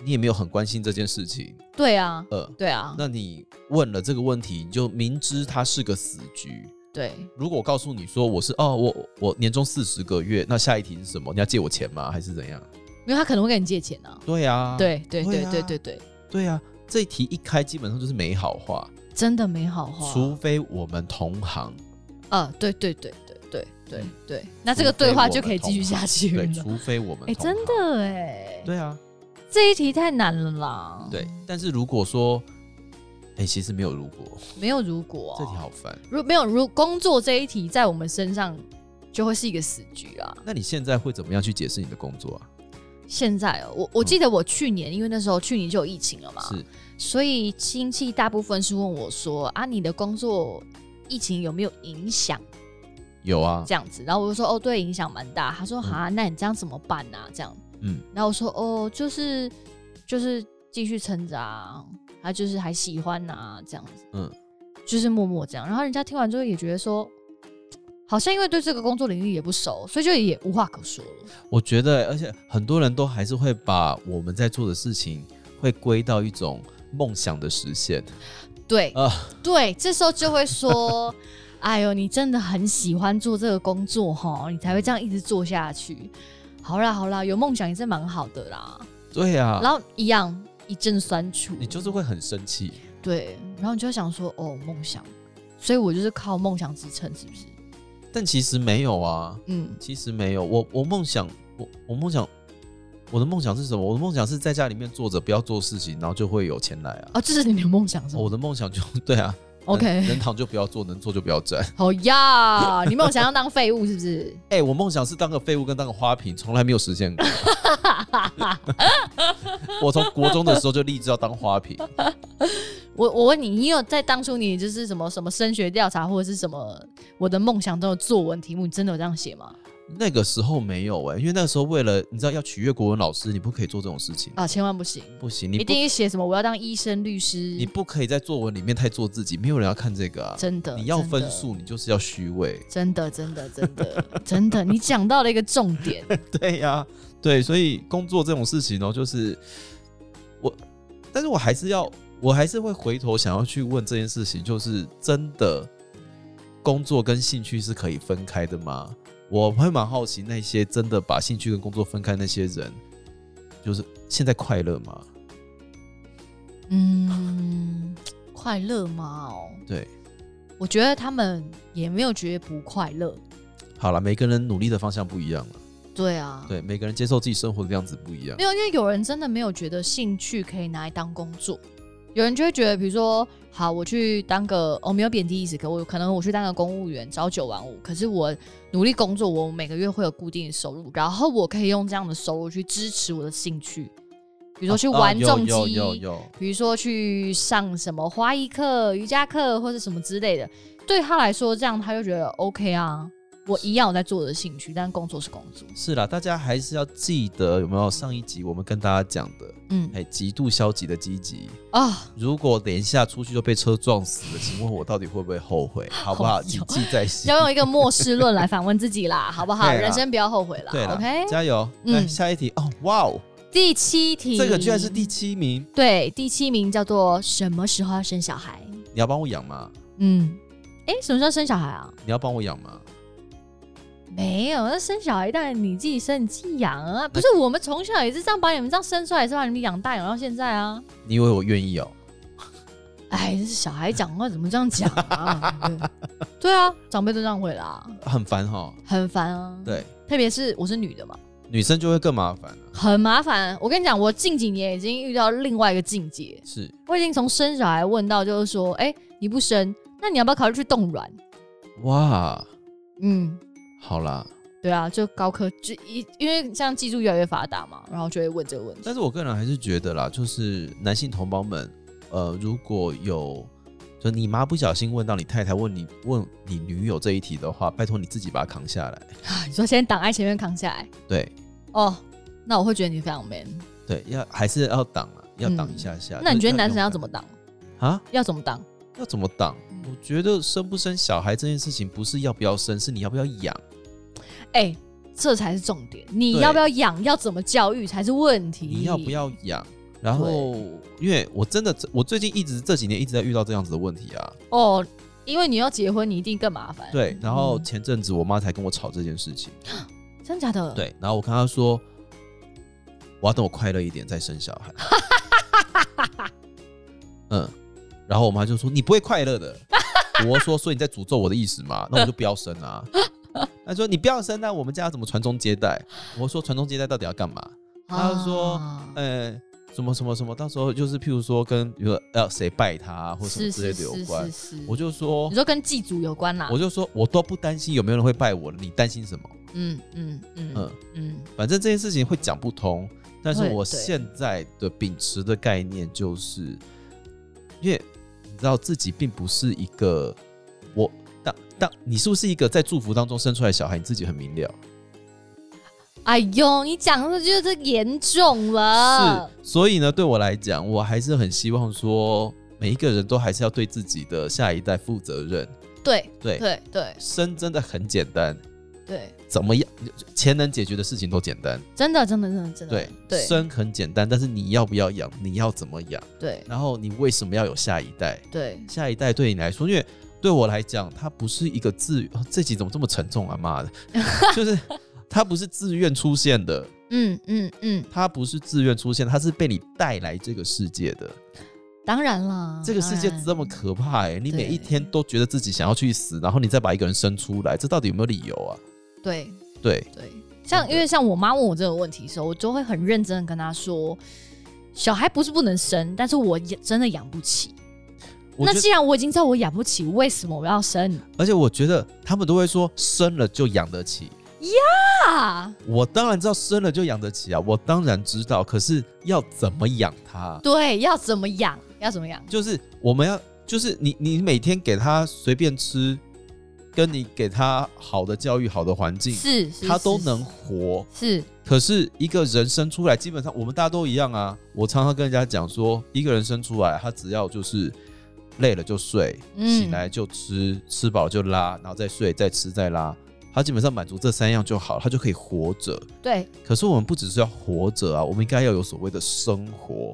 Speaker 1: 你也没有很关心这件事情，
Speaker 2: 对啊，
Speaker 1: 呃，
Speaker 2: 对啊，
Speaker 1: 那你问了这个问题，你就明知它是个死局。
Speaker 2: 对，
Speaker 1: 如果我告诉你说我是哦，我我年终四十个月，那下一题是什么？你要借我钱吗？还是怎样？
Speaker 2: 因为他可能会跟你借钱啊。
Speaker 1: 对啊，
Speaker 2: 对对
Speaker 1: 对
Speaker 2: 对
Speaker 1: 啊
Speaker 2: 对对对，
Speaker 1: 对啊，这一题一开基本上就是没好话，
Speaker 2: 真的没好话。
Speaker 1: 除非我们同行，
Speaker 2: 啊，对对对对对对
Speaker 1: 嗯
Speaker 2: 对，那这个对话就可以继续下去了
Speaker 1: 对，。除非我们
Speaker 2: 哎，
Speaker 1: 同行
Speaker 2: 真，的哎，
Speaker 1: 对啊，
Speaker 2: 这一题太难了啦。
Speaker 1: 对。但是如果说，哎，其实没有如果，
Speaker 2: 没有如果啊、
Speaker 1: 这题好烦。
Speaker 2: 如没有如工作这一题在我们身上就会是一个死局啊啦。
Speaker 1: 那你现在会怎么样去解释你的工作啊？
Speaker 2: 现在哦我我
Speaker 1: 嗯
Speaker 2: 记得我去年，因为那时候去年就有疫情了嘛，
Speaker 1: 是
Speaker 2: 所以亲戚大部分是问我说啊，你的工作疫情有没有影响
Speaker 1: 有啊，
Speaker 2: 这样子？然后我就说哦，对，影响蛮大。他说哈，那你这样怎么办啊？这样，
Speaker 1: 嗯，
Speaker 2: 然后我说哦，就是就是继续撑着啊，他就是还喜欢啊，这样子，
Speaker 1: 嗯，
Speaker 2: 就是默默这样。然后人家听完之后也觉得说，好像因为对这个工作领域也不熟，所以就也无话可说了。
Speaker 1: 我觉得，而且很多人都还是会把我们在做的事情会归到一种梦想的实现
Speaker 2: 对、
Speaker 1: 啊、
Speaker 2: 对，这时候就会说。哎呦，你真的很喜欢做这个工作哈，你才会这样一直做下去。好啦好啦，有梦想也是蛮好的啦。
Speaker 1: 对啊，
Speaker 2: 然后一样一阵酸楚，
Speaker 1: 你就是会很生气。
Speaker 2: 对，然后你就会想说，哦，梦想，所以我就是靠梦想支撑，是不是？
Speaker 1: 但其实没有啊，
Speaker 2: 嗯，
Speaker 1: 其实没有。我我梦想，我我梦想，我的梦想是什么？我的梦想是在家里面坐着，不要做事情，然后就会有钱来啊。哦
Speaker 2: 哦，这是你的梦想是吗
Speaker 1: 我的梦想就 *laughs* 对啊能
Speaker 2: *laughs* ？OK，
Speaker 1: 能躺就不要坐，能坐就不要站。 *laughs*
Speaker 2: 好呀，你梦想要当废物是不是？
Speaker 1: 哎、我梦想是当个废物跟当个花瓶，从来没有实现过。 *laughs* 我从国中的时候就立志要当花瓶，
Speaker 2: 我我问你，你有在当初你就是什么什么升学调查或者是什么我的梦想中的作文题目，你真的有这样写吗？
Speaker 1: 那个时候没有哎、因为那个时候为了你知道要取悦国文老师，你不可以做这种事情，
Speaker 2: 啊，千万不行，
Speaker 1: 不行，你
Speaker 2: 一
Speaker 1: 不
Speaker 2: 定写什么我要当医生、律师
Speaker 1: 你，不可以在作文里面太做自己，没有人要看这个啊。
Speaker 2: 真的，
Speaker 1: 你要
Speaker 2: 真的
Speaker 1: 分数，你就是要虚伪。 *laughs*
Speaker 2: 真的，真的，真的，真的，你讲到了一个重点，
Speaker 1: 对呀、对，所以工作这种事情呢、哦就是我，但是我还是要，我还是会回头想要去问这件事情，就是真的工作跟兴趣是可以分开的吗？我会蛮好奇那些真的把兴趣跟工作分开那些人，就是现在快乐吗？
Speaker 2: 嗯，快乐吗？哦，
Speaker 1: 对，
Speaker 2: 我觉得他们也没有觉得不快乐。
Speaker 1: 好了，每个人努力的方向不一样了，
Speaker 2: 对啊，
Speaker 1: 对，每个人接受自己生活的样子不一样
Speaker 2: 没。有，因为有人真的没有觉得兴趣可以拿来当工作，有人就会觉得，比如说，好，我去当个，哦，没有贬低意思，可我可能我去当个公务员，朝九晚五，可是我努力工作，我每个月会有固定的收入，然后我可以用这样的收入去支持我的兴趣，比
Speaker 1: 比
Speaker 2: 如说去玩重
Speaker 1: 哦有
Speaker 2: 机，
Speaker 1: 有有有，
Speaker 2: 比如说去上什么花艺课、瑜伽课或者什么之类的，对他来说，这样他就觉得 OK 啊，我一样有在做我的兴趣，但工作是工作。
Speaker 1: 是啦，大家还是要记得有没有上一集我们跟大家讲的，
Speaker 2: 嗯
Speaker 1: 哎，极度消极的积极，
Speaker 2: 啊、
Speaker 1: 如果等一下出去就被车撞死了，请问我到底会不会后悔？好不好？
Speaker 2: 好
Speaker 1: 谨记在心。
Speaker 2: 要用一个末世论来反问自己啦，好不好？
Speaker 1: *laughs* 对啦
Speaker 2: 人生不要后悔啦。
Speaker 1: 对了
Speaker 2: OK，
Speaker 1: 加油！
Speaker 2: 嗯
Speaker 1: 来下一题哦，哇哦，
Speaker 2: 第七题，
Speaker 1: 这个居然是第七名，
Speaker 2: 对第七名叫做什么时候要生小孩？
Speaker 1: 你要帮我养吗？
Speaker 2: 嗯，哎、什么时候生小孩啊？
Speaker 1: 你要帮我养吗？
Speaker 2: 没有，那生小孩当然你自己生你自己养啊，不是我们从小也是这样把你们这样生出来，是把你们养大养到现在啊。
Speaker 1: 你以为我愿意哦？
Speaker 2: 哎，这小孩讲话怎么这样讲啊？对对啊，长辈都这样回啦，
Speaker 1: 很烦哈。
Speaker 2: 很烦啊。，
Speaker 1: 对，
Speaker 2: 特别是我是女的嘛，
Speaker 1: 女生就会更麻烦了。
Speaker 2: 很麻烦。我跟你讲，我近几年已经遇到另外一个境界，
Speaker 1: 是，
Speaker 2: 我已经从生小孩问到就是说，哎、你不生，那你要不要考虑去冻卵？
Speaker 1: 哇，
Speaker 2: 嗯，
Speaker 1: 好啦，
Speaker 2: 对啊，就高科就一因为现在技术越来越发达嘛，然后就会问这个问题。
Speaker 1: 但是我个人还是觉得啦，就是男性同胞们，呃，如果有就你妈不小心问到你太太问你问你女友这一题的话，拜托你自己把它扛下来。
Speaker 2: 你说先挡在前面扛下来
Speaker 1: 对
Speaker 2: 哦，那我会觉得你非常 man。
Speaker 1: 对，要还是要挡啊，要挡一下下。
Speaker 2: 嗯那你觉得男生
Speaker 1: 生
Speaker 2: 要怎
Speaker 1: 么
Speaker 2: 么挡？
Speaker 1: 啊？
Speaker 2: 要怎么挡？
Speaker 1: 要怎么挡？我觉得生不生小孩这件事情不是要不要生，是你要不要养。
Speaker 2: 哎、这才是重点。你
Speaker 1: 对
Speaker 2: 要不要养，要怎么教育才是问题。
Speaker 1: 你要不要养？然后
Speaker 2: 对，
Speaker 1: 因为我真的，我最近一直这几年一直在遇到这样子的问题啊。
Speaker 2: 哦？因为你要结婚，你一定更麻烦。
Speaker 1: 对，然后
Speaker 2: 嗯
Speaker 1: 前阵子我妈才跟我吵这件事情。
Speaker 2: 真假的？，
Speaker 1: 对，然后我跟她说，我要等我快乐一点再生小孩。
Speaker 2: *laughs*
Speaker 1: 嗯，然后我妈就说你不会快乐的。我说，所以你在诅咒我的意思嘛？那我就不要生啊。她说你不要生，那我们家要怎么传宗接代？我说传宗接代到底要干嘛？他就说
Speaker 2: 啊
Speaker 1: 呃，什么什么什么，到时候就是譬如说跟比如说呃谁拜他、啊、或什么
Speaker 2: 是
Speaker 1: 之类
Speaker 2: 是
Speaker 1: 的有
Speaker 2: 是
Speaker 1: 关，
Speaker 2: 是是，
Speaker 1: 我就说
Speaker 2: 你，说跟祭祖有关啦。
Speaker 1: 我就说我都不担心有没有人会拜我了，你担心什么？
Speaker 2: 嗯嗯嗯
Speaker 1: 嗯，
Speaker 2: 嗯，
Speaker 1: 反正这件事情会讲不通，但是
Speaker 2: 会
Speaker 1: 我
Speaker 2: 对
Speaker 1: 现在的秉持的概念就是，因为你知道自己并不是一个我。当当，你是不是一个在祝福当中生出来的小孩？你自己很明了，
Speaker 2: 哎呦，你讲的就是严重了。
Speaker 1: 是。所以呢，对我来讲，我还是很希望说，每一个人都还是要对自己的下一代负责任。
Speaker 2: 对
Speaker 1: 对，
Speaker 2: 对对
Speaker 1: 生真的很简单，
Speaker 2: 对，
Speaker 1: 怎么样，钱能解决的事情都简单。
Speaker 2: 真的真的真的真的
Speaker 1: 对，
Speaker 2: 嗯对
Speaker 1: 生很简单，但是你要不要养，你要怎么养，
Speaker 2: 对
Speaker 1: 然后你为什么要有下一代？
Speaker 2: 对，
Speaker 1: 下一代对你来说，因为对我来讲，它不是一个自，哦这集怎么这么沉重啊？妈的， *laughs* 就是它不是自愿出现的，
Speaker 2: 嗯嗯嗯，
Speaker 1: 它不是自愿出现，它是被你带来这个世界的。
Speaker 2: 当然啦，
Speaker 1: 这个世界
Speaker 2: 当哦然
Speaker 1: 这么可怕哎、你每
Speaker 2: 对
Speaker 1: 一天都觉得自己想要去死，然后你再把一个人生出来，这到底有没有理由啊？
Speaker 2: 对
Speaker 1: 对，
Speaker 2: 对，像
Speaker 1: 真的
Speaker 2: 因为像我妈问我这个问题的时候，我就会很认真的跟她说，小孩不是不能生，但是我也真的养不起。
Speaker 1: 我
Speaker 2: 那
Speaker 1: 觉得
Speaker 2: 既然我已经知道我养不起，为什么我要生
Speaker 1: 而且我觉得他们都会说生了就养得起，
Speaker 2: 啊？
Speaker 1: 我当然知道生了就养得起啊，我当然知道，可是要怎么养它？
Speaker 2: *laughs* 对，要怎么养？要怎么养？
Speaker 1: 就是我们要，就是你你每天给它随便吃，跟你给它好的教育、好的环境，
Speaker 2: 是，是
Speaker 1: 它都
Speaker 2: 是
Speaker 1: 能活。
Speaker 2: 是
Speaker 1: 可是一个人生出来，基本上我们大家都一样啊。我常常跟人家讲说，一个人生出来，他只要就是累了就睡，
Speaker 2: 嗯
Speaker 1: 醒来就吃，吃饱就拉，然后再睡，再吃再拉，他基本上满足这三样就好，他就可以活着。
Speaker 2: 对，
Speaker 1: 可是我们不只是要活着啊，我们应该要有所谓的生活。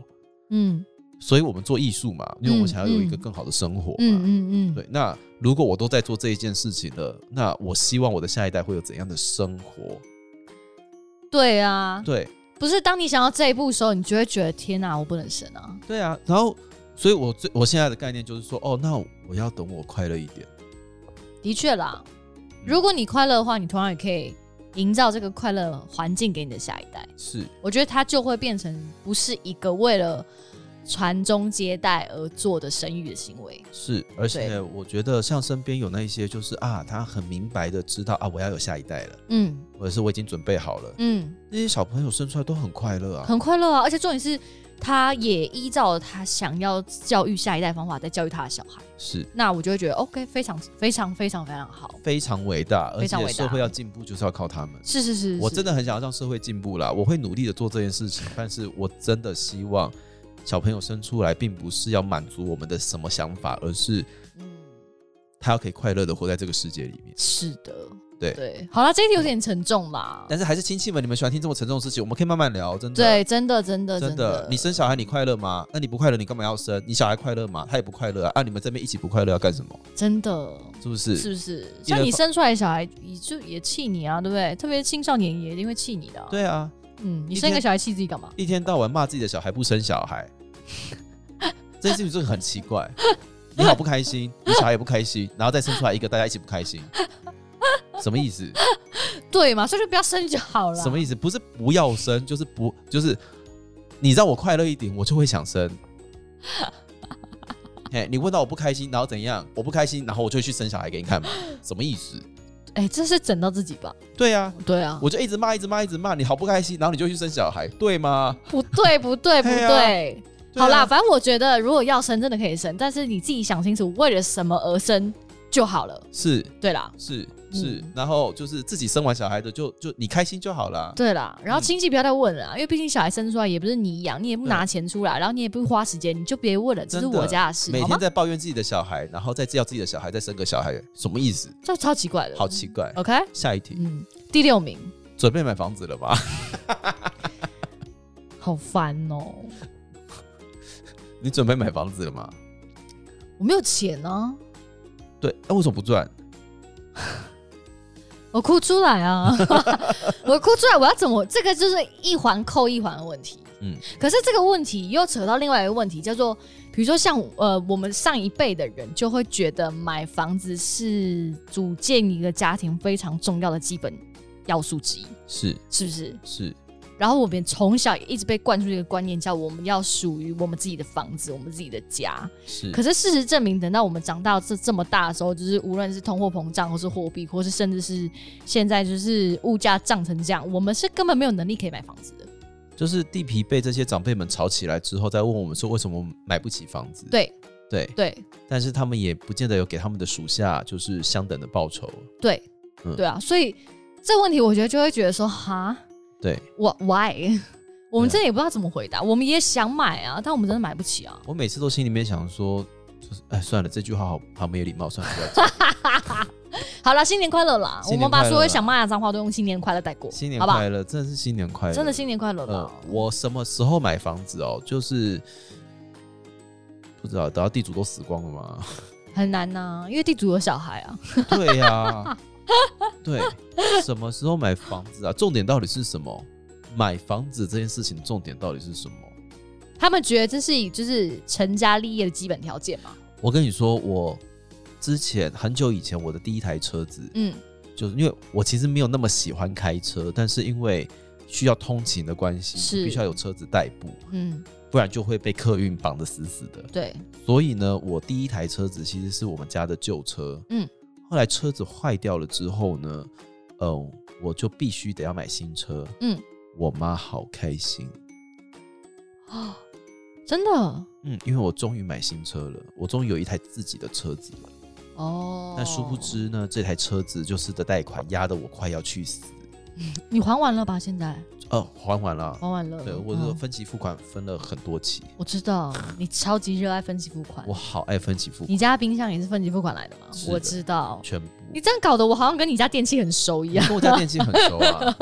Speaker 2: 嗯
Speaker 1: 所以我们做艺术嘛，因为我们想要有一个
Speaker 2: 嗯
Speaker 1: 更好的生活嘛。
Speaker 2: 嗯嗯嗯，
Speaker 1: 对，那如果我都在做这一件事情了，那我希望我的下一代会有怎样的生活？
Speaker 2: 对啊，
Speaker 1: 对，
Speaker 2: 不是当你想到这一步的时候，你就会觉得天哪、我不能生啊！
Speaker 1: 对啊，然后，所以我最我现在的概念就是说，哦，那我要等我快乐一点。
Speaker 2: 的确啦，
Speaker 1: 嗯
Speaker 2: 如果你快乐的话，你同样也可以营造这个快乐环境给你的下一代。
Speaker 1: 是
Speaker 2: 我觉得它就会变成不是一个为了传宗接代而做的生育的行为。
Speaker 1: 是，而且
Speaker 2: 对
Speaker 1: 我觉得像身边有那一些，就是啊，他很明白的知道啊，我要有下一代了，
Speaker 2: 嗯
Speaker 1: 或者是我已经准备好了，
Speaker 2: 嗯，
Speaker 1: 那些小朋友生出来都很快乐啊。
Speaker 2: 很快乐啊！而且重点是，他也依照他想要教育下一代方法在教育他的小孩，
Speaker 1: 是
Speaker 2: 那我就会觉得 OK，非常非常非常非常好。
Speaker 1: 非常伟大，而
Speaker 2: 非常
Speaker 1: 且
Speaker 2: 伟大
Speaker 1: 社会要进步就是要靠他们。
Speaker 2: 是是是
Speaker 1: 我真
Speaker 2: 的
Speaker 1: 的很想要让社会进步啦，我会努力的做这件事情，但是我真的希望小朋友生出来，并不是要满足我们的什么想法，而是
Speaker 2: 嗯，
Speaker 1: 他要可以快乐的活在这个世界里面。
Speaker 2: 是的，
Speaker 1: 对
Speaker 2: 对。好了，这一题有点沉重啦。
Speaker 1: 但是还是亲戚们，你们喜欢听这么沉重的事情，我们可以慢慢聊，真的。
Speaker 2: 对，真的真的
Speaker 1: 真
Speaker 2: 的
Speaker 1: 的，，你生小孩你快乐吗？那你不快乐，你干嘛要生？你小孩快乐吗？他也不快乐啊！啊，你们这边一起不快乐要干什么？
Speaker 2: 真的
Speaker 1: 是不是？
Speaker 2: 是不啊是？
Speaker 1: 一人
Speaker 2: 像你
Speaker 1: 发
Speaker 2: 生出来的小孩，你就也气你啊，对不对？特别青少年也一定会气你的、啊。，
Speaker 1: 对啊，
Speaker 2: 嗯，你
Speaker 1: 一
Speaker 2: 生一个
Speaker 1: 天
Speaker 2: 小孩气自己干嘛？
Speaker 1: 一天到晚骂自己的小孩不生小孩， *laughs* 这件事情真的很奇怪。你好不开
Speaker 2: *laughs*
Speaker 1: 心，你小孩也不开心，然后再生出来一个，大家一起不开心，什么意思？
Speaker 2: 对嘛，所以就不要生就好了。
Speaker 1: 什么意思？不是不要生，就是不就是你让我快乐一点，我就会想
Speaker 2: *laughs*
Speaker 1: 生。哎，你问到我不开心，然后怎样？我不开心，然后我就去生小孩给你看嘛？什么意思？
Speaker 2: 哎、这是整到自己吧？
Speaker 1: 对
Speaker 2: *laughs*
Speaker 1: 啊，
Speaker 2: 对啊，
Speaker 1: 我就一直骂，一直骂，一直骂，你好不开心，然后你就去生小孩，对吗？
Speaker 2: 不对，不对，不
Speaker 1: 嘿啊
Speaker 2: 对。
Speaker 1: *laughs* 对啊
Speaker 2: 好啦，，反正我觉得如果要生，真的可以生，但是你自己想清楚为了什么而生就好了。
Speaker 1: 是
Speaker 2: 对啦，
Speaker 1: 是是
Speaker 2: 嗯，
Speaker 1: 然后就是自己生完小孩的就就你开心就好啦。
Speaker 2: 对啦，
Speaker 1: 嗯
Speaker 2: 然后亲戚不要再问了啊，因为毕竟小孩生出来也不是你养，你也不拿钱出来，然后你也不花时间，你就别问了，这是
Speaker 1: 真的
Speaker 2: 我家的事，
Speaker 1: 每
Speaker 2: 好
Speaker 1: 天
Speaker 2: 吗？
Speaker 1: 在抱怨自己的小孩，然后再叫自己的小孩再生个小孩，什么意思？
Speaker 2: 这超奇怪的。
Speaker 1: 好奇怪。
Speaker 2: OK，
Speaker 1: 下一题，
Speaker 2: 嗯，第六名，
Speaker 1: 准备买房子了吧？ *laughs*
Speaker 2: 好烦哦，
Speaker 1: 你准备买房子了吗？
Speaker 2: 嗯我没有钱啊，
Speaker 1: 对，那为什么不赚？
Speaker 2: 我哭出来啊！ *laughs* 我哭出来，我要怎么？这个就是一环扣一环的问题。嗯
Speaker 1: 嗯，
Speaker 2: 可是这个问题又扯到另外一个问题，叫做，比如说像呃，我们上一辈的人就会觉得买房子是组建一个家庭非常重要的基本要素之一，
Speaker 1: 是
Speaker 2: 是不是？
Speaker 1: 是，
Speaker 2: 然后我们从小也一直被灌输一个观念，叫我们要属于我们自己的房子，我们自己的家。
Speaker 1: 是
Speaker 2: 可是事实证明，等到我们长到这这么大的时候，就是无论是通货膨胀，或是货币，或是甚至是现在就是物价涨成这样，我们是根本没有能力可以买房子的。
Speaker 1: 就是地皮被这些长辈们吵起来之后，再问我们说为什么买不起房子？
Speaker 2: 对
Speaker 1: 对，
Speaker 2: 对
Speaker 1: 但是他们也不见得有给他们的属下就是相等的报酬。
Speaker 2: 对、
Speaker 1: 嗯
Speaker 2: 对啊！所以这个问题，我觉得就会觉得说，哈，
Speaker 1: 对
Speaker 2: 我
Speaker 1: *laughs*
Speaker 2: why？我们真的也不知道怎么回答，我们也想买啊，但我们真的买不起啊。
Speaker 1: 我每次都心里面想说，就是哎，算了，这句话好好没有礼貌，算了，不要讲。
Speaker 2: 好啦，新年快乐啦！我
Speaker 1: 新年
Speaker 2: 们把
Speaker 1: 快乐
Speaker 2: 所有
Speaker 1: 啦
Speaker 2: 想骂的脏话都用新年快乐带过，
Speaker 1: 新年
Speaker 2: 好不好？
Speaker 1: 快乐，真的是新年快乐，
Speaker 2: 真的新年快乐啦
Speaker 1: 呃！，我什么时候买房子哦？就是不知道，等到地主都死光了
Speaker 2: *laughs*
Speaker 1: 吗？
Speaker 2: 很难呐、因为地主有小孩啊。
Speaker 1: 对呀、对，什么时候买房子啊？重点到底是什么？买房子这件事情重点到底是什么？
Speaker 2: 他们觉得这是以就是成家立业的基本条件嘛。
Speaker 1: 我跟你说，我之前很久以前我的第一台车子，
Speaker 2: 嗯，
Speaker 1: 就是因为我其实没有那么喜欢开车，但是因为需要通勤的关
Speaker 2: 是
Speaker 1: 系，必须要有车子代步，
Speaker 2: 嗯，
Speaker 1: 不然就会被客运绑得死死的。
Speaker 2: 对，
Speaker 1: 所以呢，我第一台车子其实是我们家的旧车，
Speaker 2: 嗯
Speaker 1: 嗯，后来车子坏掉了之后呢，呃，我就必须得要买新车，
Speaker 2: 嗯
Speaker 1: 嗯，我妈好开心，
Speaker 2: 啊， *gasps* 真的
Speaker 1: 嗯，因为我终于买新车了，我终于有一台自己的车子了。
Speaker 2: 哦。
Speaker 1: 但殊不，知呢，这台车子就是的贷款压得我快要去死，
Speaker 2: 你还完了吧？现在
Speaker 1: 呃，还完了，
Speaker 2: 还完了。
Speaker 1: 对，我
Speaker 2: 嗯
Speaker 1: 的分期付款分了很多期，
Speaker 2: 我知道你超级热爱分期付款
Speaker 1: 我，好爱分期付款，
Speaker 2: 你家冰箱也是分期付款来的吗？
Speaker 1: 是的
Speaker 2: 我知道。
Speaker 1: 全部。
Speaker 2: 你这样搞得我好像跟你家电器很熟一
Speaker 1: 你
Speaker 2: 样。
Speaker 1: 跟我家电器很熟啊，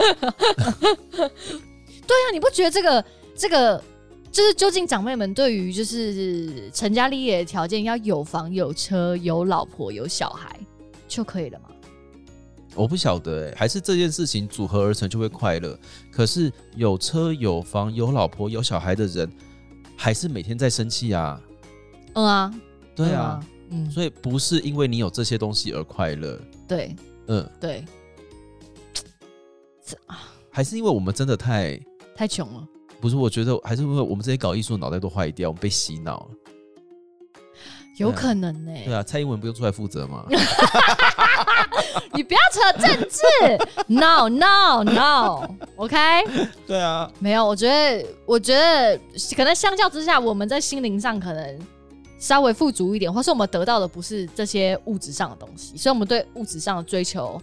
Speaker 2: 对啊，你不觉得这个这个就是究竟长辈们对于就是成家立业的条件要有房有车有老婆有小孩就可以了吗？
Speaker 1: 我不晓得哎、还是这件事情组合而成就会快乐。可是有车有房有老婆有小孩的人，还是每天在生气啊。
Speaker 2: 嗯啊，
Speaker 1: 对
Speaker 2: 嗯
Speaker 1: 啊，，
Speaker 2: 嗯，
Speaker 1: 所以不是因为你有这些东西而快乐，
Speaker 2: 对
Speaker 1: 嗯，
Speaker 2: 对，
Speaker 1: 还是因为我们真的太
Speaker 2: 太穷了。
Speaker 1: 不是？我觉得还是因为我们这些搞艺术的脑袋都坏掉，我们被洗脑了。
Speaker 2: 有可能呢、
Speaker 1: 啊
Speaker 2: *laughs*
Speaker 1: 对啊，蔡英文不用出来负责吗？
Speaker 2: 你不要扯政治，no no *laughs* no，OK？、
Speaker 1: 对啊，
Speaker 2: 没有，我觉得，我觉得可能相较之下，我们在心灵上可能稍微富足一点，或是我们得到的不是这些物质上的东西，所以我们对物质上的追求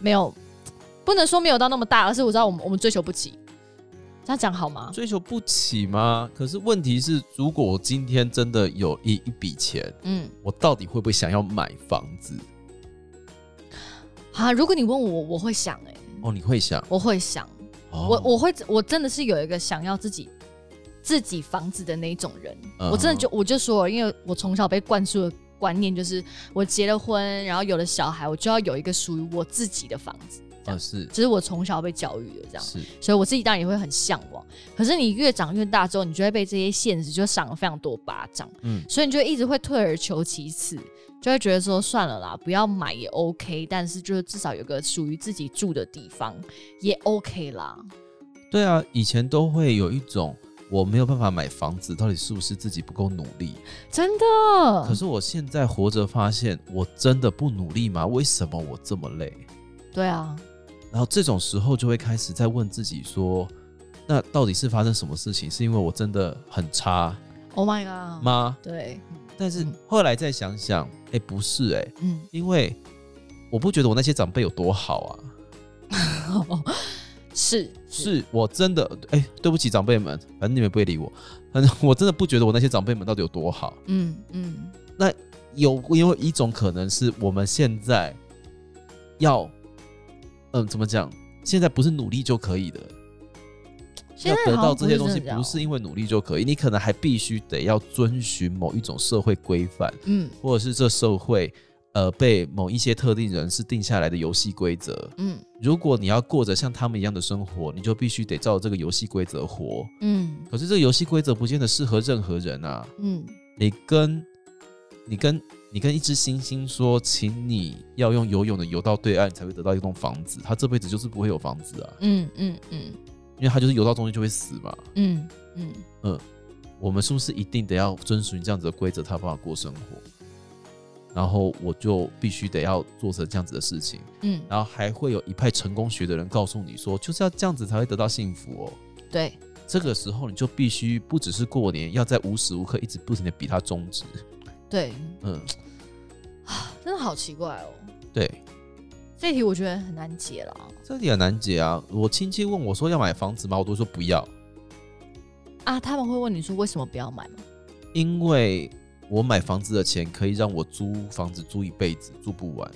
Speaker 2: 没有，不能说没有到那么大，而是我知道我们我们追求不起。这样讲好
Speaker 1: *laughs*
Speaker 2: 吗？
Speaker 1: 追求不起吗？可是问题是，如果我今天真的有一一笔钱，
Speaker 2: 嗯，
Speaker 1: 我到底会不会想要买房子？
Speaker 2: 好，啊如果你问我，我会想、欸，哎，
Speaker 1: 哦，你会想，
Speaker 2: 我会想，
Speaker 1: 哦、
Speaker 2: 我我会，我真的是有一个想要自己自己房子的那一种人。
Speaker 1: 嗯
Speaker 2: 我真的就我就说了，因为我从小被灌输的观念就是，我结了婚，然后有了小孩，我就要有一个属于我自己的房子。
Speaker 1: 啊是
Speaker 2: 这是我从小被教育的这样，
Speaker 1: 是，
Speaker 2: 所以我自己当然也会很向往。可是你越长越大之后，你就会被这些现实就赏了非常多巴掌，
Speaker 1: 嗯
Speaker 2: 所以你就一直会退而求其次，就会觉得说算了啦，不要买也 OK，但是就是至少有个属于自己住的地方也 OK 啦。
Speaker 1: 对啊，以前都会有一种我没有办法买房子，到底是不是自己不够努力？
Speaker 2: 真的
Speaker 1: 可，是我现在活着发现，我真的不努力吗？为什么我这么累？
Speaker 2: 对啊，
Speaker 1: 然后这种时候就会开始在问自己说，那到底是发生什么事情？是因为我真的很差
Speaker 2: Oh my god！
Speaker 1: 吗？
Speaker 2: 对，
Speaker 1: 但是
Speaker 2: 嗯
Speaker 1: 后来再想想，哎、不是哎、
Speaker 2: 嗯，
Speaker 1: 因为我不觉得我那些长辈有多好啊，
Speaker 2: 是
Speaker 1: 是我真的哎、对不起长辈们，反正你们不会理我， *laughs* 反正我真的不觉得我那些长辈们到底有多好。
Speaker 2: 嗯嗯，
Speaker 1: 有有一种可能是我们现在要，嗯，怎么讲？现在不是努力就可以的，
Speaker 2: 现
Speaker 1: 要
Speaker 2: 在
Speaker 1: 得
Speaker 2: 好
Speaker 1: 到这
Speaker 2: 像
Speaker 1: 些东西，
Speaker 2: 不
Speaker 1: 不
Speaker 2: 是
Speaker 1: 是因为努力就可以，你可能还必须得要遵循某一种社会规范，
Speaker 2: 这样，嗯
Speaker 1: 或者是这社会呃被某一些特定人士定下来的游戏规则。
Speaker 2: 嗯
Speaker 1: 如果你要过着像他们一样的生活，你就必须得照这个游戏规则活。
Speaker 2: 嗯
Speaker 1: 可是这个游戏规则不见得适合任何人啊！
Speaker 2: 嗯，
Speaker 1: 你跟你跟你跟一只猩猩说，请你要用游泳的游到对岸，你才会得到一栋房子。他这辈子就是不会有房子啊，
Speaker 2: 嗯嗯嗯
Speaker 1: 因为他就是游到中间就会死嘛。
Speaker 2: 嗯嗯，
Speaker 1: 我们是不是一定得要遵循这样子的规则，才有办法过生活？然后我就必须得要做成这样子的事情，
Speaker 2: 嗯，
Speaker 1: 然后还会有一派成功学的人告诉你说，就是要这样子才会得到幸福哦。
Speaker 2: 对，
Speaker 1: 这个时候你就必须不只是过年，要在无时无刻一直不停的比他终止。
Speaker 2: 对，
Speaker 1: 嗯，
Speaker 2: 真的好奇怪哦。
Speaker 1: 对，
Speaker 2: 这题我觉得很难解了
Speaker 1: 这里很难解啊。我亲戚问我说要买房子吗？我都说不要，
Speaker 2: 啊！他们会问你说为什么不要买吗？
Speaker 1: 因为我买房子的钱可以让我租房子租一辈子，住不完。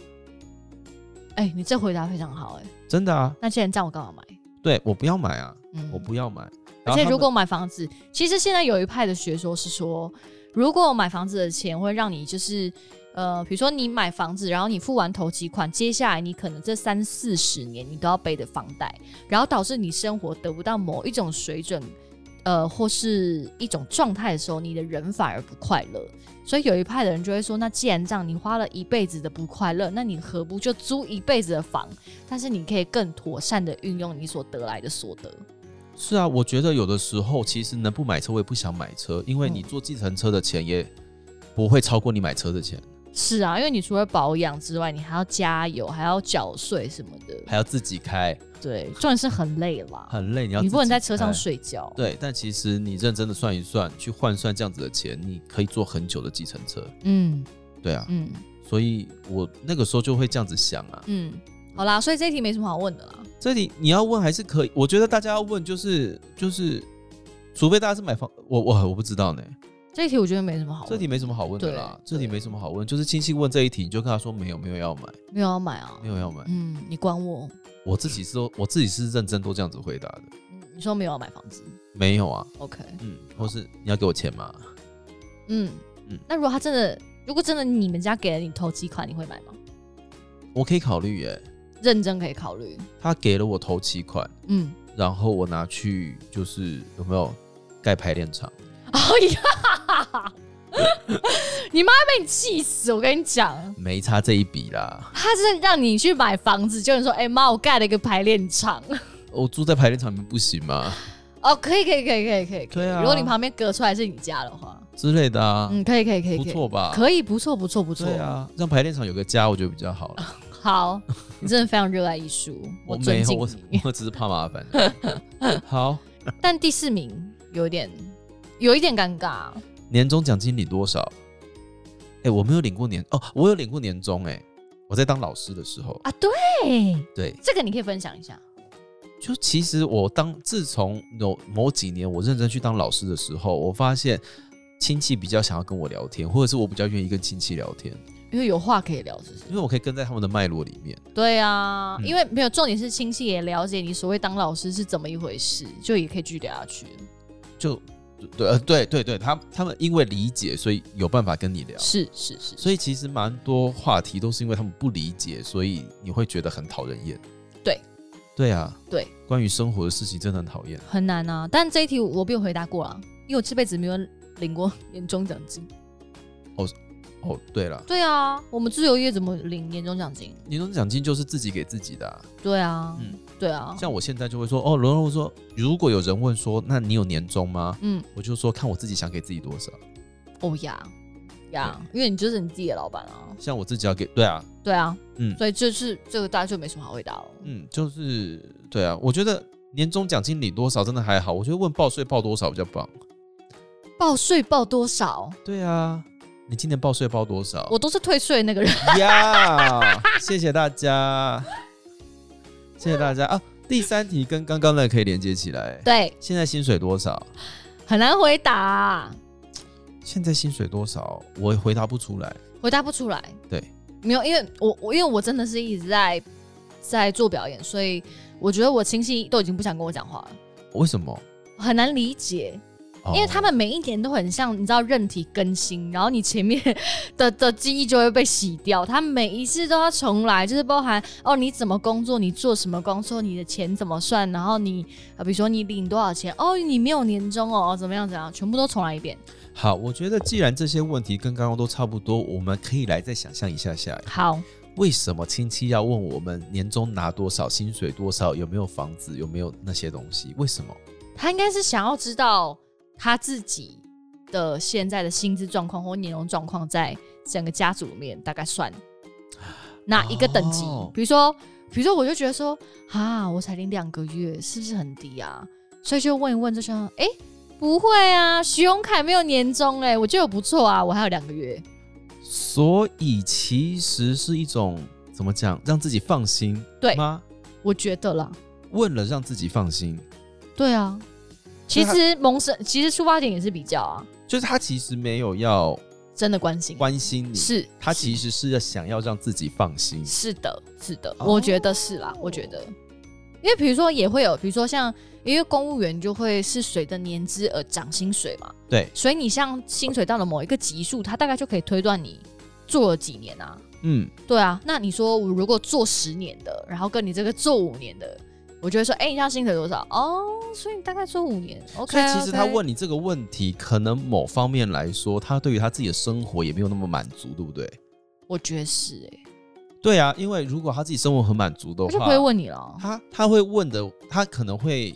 Speaker 2: 哎、你这回答非常好哎、
Speaker 1: 真的啊，
Speaker 2: 那既然这样，我干嘛买？
Speaker 1: 对我不要买啊，
Speaker 2: 嗯，
Speaker 1: 我不要买。然
Speaker 2: 而
Speaker 1: 后
Speaker 2: 且
Speaker 1: 他
Speaker 2: 如
Speaker 1: 们
Speaker 2: 果买房子，其实现在有一派的学说是说，如果买房子的钱会让你就是呃，比如说你买房子，然后你付完头期款，接下来你可能这三四十年你都要背的房贷，然后导致你生活得不到某一种水准。呃，或是一种状态的时候，你的人反而不快乐，所以有一派的人就会说，那既然这样，你花了一辈子的不快乐，那你何不就租一辈子的房？但是你可以更妥善的运用你所得来的所得。
Speaker 1: 是啊，我觉得有的时候其实能不买车，我也不想买车，因为
Speaker 2: 嗯
Speaker 1: 你坐计程车的钱也不会超过你买车的钱，
Speaker 2: 是啊，因为你除了保养之外，你还要加油，还要缴税什么的。
Speaker 1: 还要自己开，
Speaker 2: 对，重点是很累啦，
Speaker 1: 很累。你要
Speaker 2: 你不能
Speaker 1: 自己
Speaker 2: 在车上
Speaker 1: 开。
Speaker 2: 睡觉。
Speaker 1: 对，但其实你认真的算一算，去换算这样子的钱，你可以坐很久的计程车。
Speaker 2: 嗯
Speaker 1: 对啊，
Speaker 2: 嗯
Speaker 1: 所以我那个时候就会这样子想啊。
Speaker 2: 嗯，好啦，所以这一题没什么好问的啦。
Speaker 1: 这里你要问还是可以，我觉得大家要问就是就是，除非大家是买房，我我我不知道呢，
Speaker 2: 这一题我觉得没什么好问。
Speaker 1: 这题没什么好问的啦
Speaker 2: 对，
Speaker 1: 这题
Speaker 2: 对
Speaker 1: 没什么好问，就是亲戚问这一题，你就跟他说没有没有要买，
Speaker 2: 没有要买啊
Speaker 1: 没。有要买，
Speaker 2: 嗯，你管我。
Speaker 1: 我自己是我自己是认真都这样子回答的，
Speaker 2: 嗯你说没有要买房子
Speaker 1: 没有啊，
Speaker 2: ？OK。
Speaker 1: 嗯，或是你要给我钱吗？
Speaker 2: 嗯
Speaker 1: 嗯
Speaker 2: 那如果他真的，如果真的你们家给了你投机款，你会买吗？
Speaker 1: 我可以考虑耶，
Speaker 2: 认真可以考虑。
Speaker 1: 他给了我头期款， *laughs*
Speaker 2: 嗯，
Speaker 1: 然后我拿去就是有没有盖排练场，
Speaker 2: 哎呀， *laughs* 你妈会被你气死！我跟你讲。
Speaker 1: 没差这一笔啦，
Speaker 2: 他是让你去买房子，就是说，哎、妈，我盖了一个排练场。 *laughs*
Speaker 1: 我哦住在排练场里面不行吗？
Speaker 2: 哦，可以，可以，可以，可以，可以。可以
Speaker 1: 对啊
Speaker 2: 如果你旁边隔出来是你家的话，
Speaker 1: 之类的啊，
Speaker 2: 嗯，可以，可以，可以，
Speaker 1: 不
Speaker 2: 可以，
Speaker 1: 错吧？啊
Speaker 2: 可以，不错，不错，不错。
Speaker 1: 对啊，让排练场有个家，我觉得比较好了。
Speaker 2: 好，你真的非常热爱艺术，
Speaker 1: 我没
Speaker 2: 尊
Speaker 1: 有，
Speaker 2: 敬
Speaker 1: 我
Speaker 2: 你。
Speaker 1: 我只是怕麻烦。 *laughs* 好，
Speaker 2: *laughs* 但第四名有点有一点尴尬，
Speaker 1: 年终奖金领多少？哎、我没有领过年哦，我有领过年终哎、我在当老师的时候，
Speaker 2: 啊，对，
Speaker 1: 对，
Speaker 2: 这个你可以分享一下。
Speaker 1: 就其实我当自从有某几年我认真去当老师的时候，我发现亲戚比较想要跟我聊天，或者是我比较愿意跟亲戚聊天，
Speaker 2: 因为有话可以聊，是不是？
Speaker 1: 因为我可以跟在他们的脉络里面。
Speaker 2: 对啊，
Speaker 1: 嗯
Speaker 2: 因为没有重点是亲戚也了解你所谓当老师是怎么一回事，就也可以继续聊下去。
Speaker 1: 就对呃对对对，他他们因为理解，所以有办法跟你聊。
Speaker 2: 是是是，
Speaker 1: 所以其实蛮多话题都是因为他们不理解，所以你会觉得很讨人厌。
Speaker 2: 对，
Speaker 1: 对啊，
Speaker 2: 对，
Speaker 1: 关于生活的事情真的很讨厌。
Speaker 2: 很难啊。但这一题我没有回答过啊，因为我这辈子没有领过年终奖金。
Speaker 1: 哦，对了，
Speaker 2: 对啊，我们自由业怎么领年终奖金？
Speaker 1: 年终奖金就是自己给自己的啊、
Speaker 2: 对啊，
Speaker 1: 嗯
Speaker 2: 对啊，
Speaker 1: 像我现在就会说，哦，罗罗说，如果有人问说，那你有年终吗？
Speaker 2: 嗯，
Speaker 1: 我就说看我自己想给自己多少。
Speaker 2: 哦呀呀，因为你就是你自己的老板啊。
Speaker 1: 像我自己要给，对啊，
Speaker 2: 对啊，
Speaker 1: 嗯
Speaker 2: 所以就是这个大家就没什么好回答了。
Speaker 1: 嗯，就是对啊，我觉得年终奖金领多少真的还好，我觉得问报税报多少比较棒。
Speaker 2: 报税报多少？
Speaker 1: 对啊，你今年报税报多少？
Speaker 2: 我都是退税那
Speaker 1: *laughs*
Speaker 2: 个人。
Speaker 1: 呀，谢谢大家，谢谢大家啊！第三题跟刚刚那个可以连接起来。
Speaker 2: 对，
Speaker 1: 现在薪水多少？
Speaker 2: 很难回答、啊
Speaker 1: 现在薪水多少？我回答不出来。
Speaker 2: 回答不出来。
Speaker 1: 对，
Speaker 2: 没有，因为我我因为我真的是一直在在做表演，所以我觉得我亲戚都已经不想跟我讲话了，
Speaker 1: 为什么？
Speaker 2: 很难理解，
Speaker 1: 哦
Speaker 2: 因为他们每一年都很像，你知道任体更新，然后你前面 *laughs* 的的记忆就会被洗掉，他每一次都要重来，就是包含哦你怎么工作，你做什么工作，你的钱怎么算，然后你呃比如说你领多少钱，哦你没有年终哦，怎么样怎么样，全部都重来一遍。
Speaker 1: 好，我觉得既然这些问题跟刚刚都差不多，我们可以来再想象一下下，
Speaker 2: 好，
Speaker 1: 为什么亲戚要问我们年终拿多少、薪水多少、有没有房子、有没有那些东西？为什么？
Speaker 2: 他应该是想要知道他自己的现在的薪资状况或年终状况，在整个家族里面大概
Speaker 1: *gasps*
Speaker 2: 算哪一个等级？
Speaker 1: 哦
Speaker 2: 比如说，比如说，我就觉得说，啊，我才领两个月，是不是很低啊？所以就问一问就想，哎、不会啊，徐永凯没有年终哎、我觉得我不错啊，我还有两个月。
Speaker 1: 所以其实是一种怎么讲，让自己放心，
Speaker 2: 对
Speaker 1: 吗？
Speaker 2: 我觉得啦，
Speaker 1: 问了让自己放心，
Speaker 2: 对啊，
Speaker 1: 所以
Speaker 2: 其
Speaker 1: 他
Speaker 2: 实萌生，其实出发点也是比较啊，
Speaker 1: 就是他其实没有要
Speaker 2: 真的关心，
Speaker 1: 关心你，
Speaker 2: 是
Speaker 1: 他
Speaker 2: 是
Speaker 1: 其实是要想要让自己放心。
Speaker 2: 是的，是的，
Speaker 1: 哦
Speaker 2: 我觉得是啦，我觉得，因为比如说也会有，比如说像，因为公务员就会是随着年资而涨薪水嘛，
Speaker 1: 对，
Speaker 2: 所以你像薪水到了某一个级数，它大概就可以推断你做了几年啊，
Speaker 1: 嗯，
Speaker 2: 对啊，那你说我如果做十年的，然后跟你这个做五年的，我就会说，哎、你这样薪水多少？哦，所以你大概做五年
Speaker 1: 所以
Speaker 2: ，OK，
Speaker 1: 其实他问你这个问题，可能某方面来说，他对于他自己的生活也没有那么满足，对不对？
Speaker 2: 我觉得是、哎，
Speaker 1: 对啊，因为如果他自己生活很满足的
Speaker 2: 他就不
Speaker 1: 话
Speaker 2: 会，问你了，
Speaker 1: 他他会问的，他可能会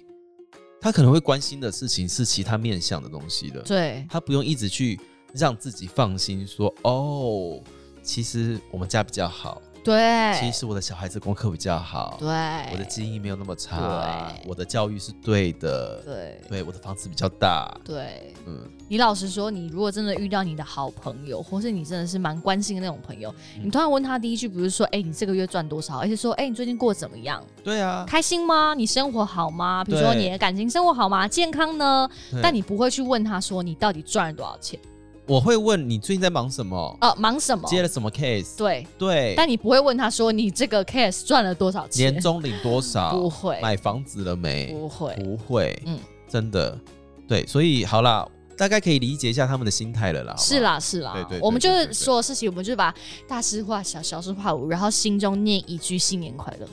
Speaker 1: 他可能会关心的事情是其他面向的东西的，
Speaker 2: 对，
Speaker 1: 他不用一直去让自己放心说哦，其实我们家比较好，
Speaker 2: 对，
Speaker 1: 其实我的小孩子功课比较好，
Speaker 2: 对，
Speaker 1: 我的基因没有那么差，
Speaker 2: 对
Speaker 1: 我的教育是对的，
Speaker 2: 对。
Speaker 1: 对，我的房子比较大，
Speaker 2: 对，
Speaker 1: 嗯，
Speaker 2: 你老实说，你如果真的遇到你的好朋友，或是你真的是蛮关心的那种朋友，
Speaker 1: 嗯
Speaker 2: 你突然问他第一句，不是说“哎、你这个月赚多少”，而是说“哎、你最近过得怎么样？
Speaker 1: 对啊，
Speaker 2: 开心吗？你生活好吗？比如说
Speaker 1: 对
Speaker 2: 你的感情生活好吗？健康呢？”
Speaker 1: 对
Speaker 2: 但你不会去问他说你到底赚了多少钱，
Speaker 1: 我会问你最近在忙什么，
Speaker 2: 呃，忙什么？
Speaker 1: 接了什么 case，
Speaker 2: 对，
Speaker 1: 对，
Speaker 2: 但你不会问他说你这个 case 赚了多少钱
Speaker 1: 年，终啊领多少，
Speaker 2: 不会，
Speaker 1: 买房子了没，
Speaker 2: 不会，
Speaker 1: 不会，
Speaker 2: 嗯
Speaker 1: 真的，对，所以好啦，大概可以理解一下他们的心态了啦，好不好
Speaker 2: 是，啦，是啦，
Speaker 1: 对对对
Speaker 2: 我们就
Speaker 1: 对对
Speaker 2: 是
Speaker 1: 对
Speaker 2: 所有事情，我们就把大事化小，小事化无，然后心中念一句新年快乐，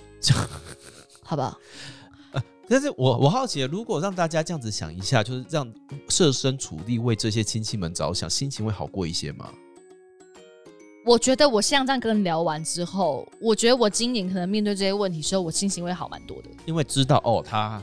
Speaker 2: 好不好？
Speaker 1: 但是我我好奇，如果让大家这样子想一下，就是让设身处地为这些亲戚们着想，心情会好过一些吗？
Speaker 2: 我觉得我像这样跟你聊完之后，我觉得我今年可能面对这些问题的时候，我心情会好蛮多的。
Speaker 1: 因为知道哦，他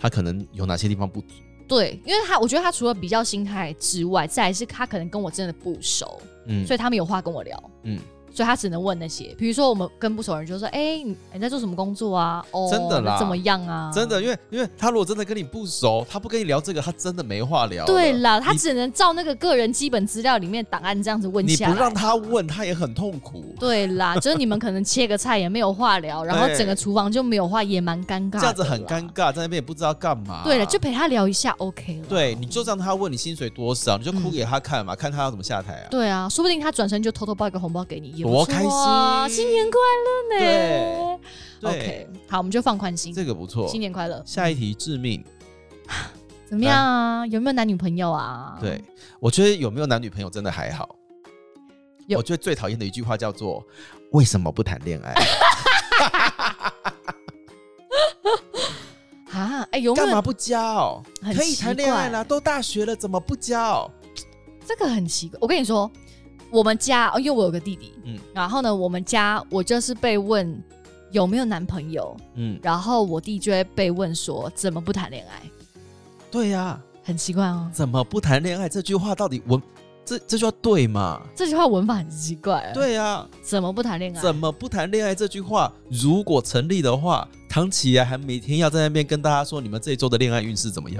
Speaker 1: 他可能有哪些地方不足，
Speaker 2: 对，因为他，我觉得他除了比较心态之外，再来是他可能跟我真的不熟，
Speaker 1: 嗯
Speaker 2: 所以他们有话跟我聊。
Speaker 1: 嗯，
Speaker 2: 所以他只能问那些，比如说我们跟不熟人就说：“哎、你你在做什么工作啊？哦，
Speaker 1: 真的啦
Speaker 2: 你怎么样啊？
Speaker 1: 真的，因为因为他如果真的跟你不熟，他不跟你聊这个，他真的没话聊了。
Speaker 2: 对啦，
Speaker 1: 你
Speaker 2: 他只能照那个个人基本资料里面档案这样子问
Speaker 1: 你
Speaker 2: 下
Speaker 1: 不让
Speaker 2: 来。
Speaker 1: 他问，他也很痛苦。
Speaker 2: 对啦，就是你们可能切个菜也没有话聊，然后
Speaker 1: *laughs* 对
Speaker 2: 整个厨房就没有话，也蛮尴尬的啦。
Speaker 1: 这样子很尴尬，在那边也不知道干嘛。
Speaker 2: 对了，就陪他聊一下，OK 了。
Speaker 1: 啊对，你就让他问你薪水多少，你就哭给他看嘛，看他要怎么下台啊。
Speaker 2: 嗯对啊，说不定他转身就偷偷包一个红包给你，也不
Speaker 1: 多
Speaker 2: 错
Speaker 1: 开
Speaker 2: 啊
Speaker 1: 心
Speaker 2: 新年快乐呢。
Speaker 1: 对
Speaker 2: OK，好，我们就放宽心，
Speaker 1: 这个不错
Speaker 2: 新。年快乐。
Speaker 1: 下一题致命，
Speaker 2: 怎么样啊？有没有男女朋友啊？
Speaker 1: 对，我觉得有没有男女朋友真的还好。
Speaker 2: 有
Speaker 1: 我觉得最讨厌的一句话叫做“为什么不谈恋爱
Speaker 2: 哎啊，哎、有”，没
Speaker 1: 干嘛
Speaker 2: 有？
Speaker 1: 不交？
Speaker 2: 很
Speaker 1: 可以谈恋爱啦，都大学了怎么不交？
Speaker 2: 这个很奇怪。我跟你说，我们家，哦因为我有个弟弟，嗯
Speaker 1: 嗯，
Speaker 2: 然后呢，我们家我就是被问有没有男朋友，
Speaker 1: 嗯，
Speaker 2: 然后我弟就会被问说怎么不谈恋爱，
Speaker 1: 对呀、
Speaker 2: 很奇怪哦。
Speaker 1: 怎么不谈恋爱这句话到底文这这句话对吗？
Speaker 2: 这句话文法很奇怪，，啊
Speaker 1: 对呀、
Speaker 2: 怎么不谈恋爱？
Speaker 1: 怎么不谈恋爱这句话如果成立的话，唐启阳还每天要在那边跟大家说你们这一周的恋爱运势怎
Speaker 2: *laughs*
Speaker 1: 么样？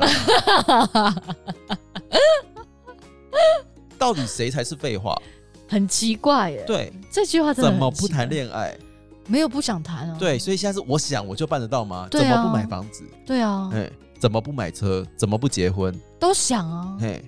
Speaker 1: 到底谁才是废话？
Speaker 2: 很奇怪耶。，
Speaker 1: 对，
Speaker 2: 这句话真的
Speaker 1: *laughs* 怎
Speaker 2: 很
Speaker 1: 么不
Speaker 2: 奇怪
Speaker 1: 谈？恋爱？
Speaker 2: 没有不想谈啊。
Speaker 1: 对，所以现在是我想我就办得到吗？
Speaker 2: 对
Speaker 1: 怎
Speaker 2: 啊
Speaker 1: 么不买房子？
Speaker 2: 对啊，
Speaker 1: 哎，怎么不买车？怎么不结婚？
Speaker 2: 都想啊，
Speaker 1: 哎，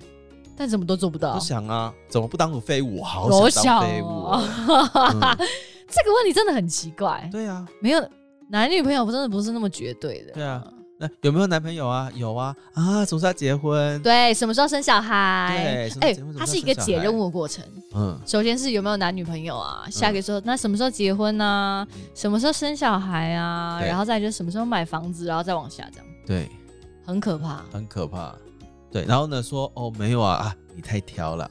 Speaker 2: 但怎么都做不到
Speaker 1: 不。想啊，怎么不当个废物？我
Speaker 2: 我
Speaker 1: 好想
Speaker 2: 想
Speaker 1: 当废物
Speaker 2: *laughs*
Speaker 1: 哦。
Speaker 2: 哦这个问题真的很奇怪，
Speaker 1: 对啊，
Speaker 2: 没有男女朋友真的不是那么绝对的。
Speaker 1: 对啊，那有没有男朋友啊？有啊，啊，什么时候要结婚？
Speaker 2: 对，什么时候生小孩
Speaker 1: 对什？么
Speaker 2: 哎
Speaker 1: 结婚什么时候
Speaker 2: 它是一个
Speaker 1: 生小
Speaker 2: 解
Speaker 1: 孩
Speaker 2: 任务的过程。
Speaker 1: 嗯，
Speaker 2: 首先是有没有男女朋友啊？下一个说、那什么时候结婚啊？
Speaker 1: 嗯
Speaker 2: 什么时候生小孩啊？
Speaker 1: 对
Speaker 2: 然后再就是什么时候买房子，然啊后再往下这样，
Speaker 1: 对，
Speaker 2: 很可怕。
Speaker 1: 很可怕。对，然后呢，说哦，没有啊，啊，你太挑了。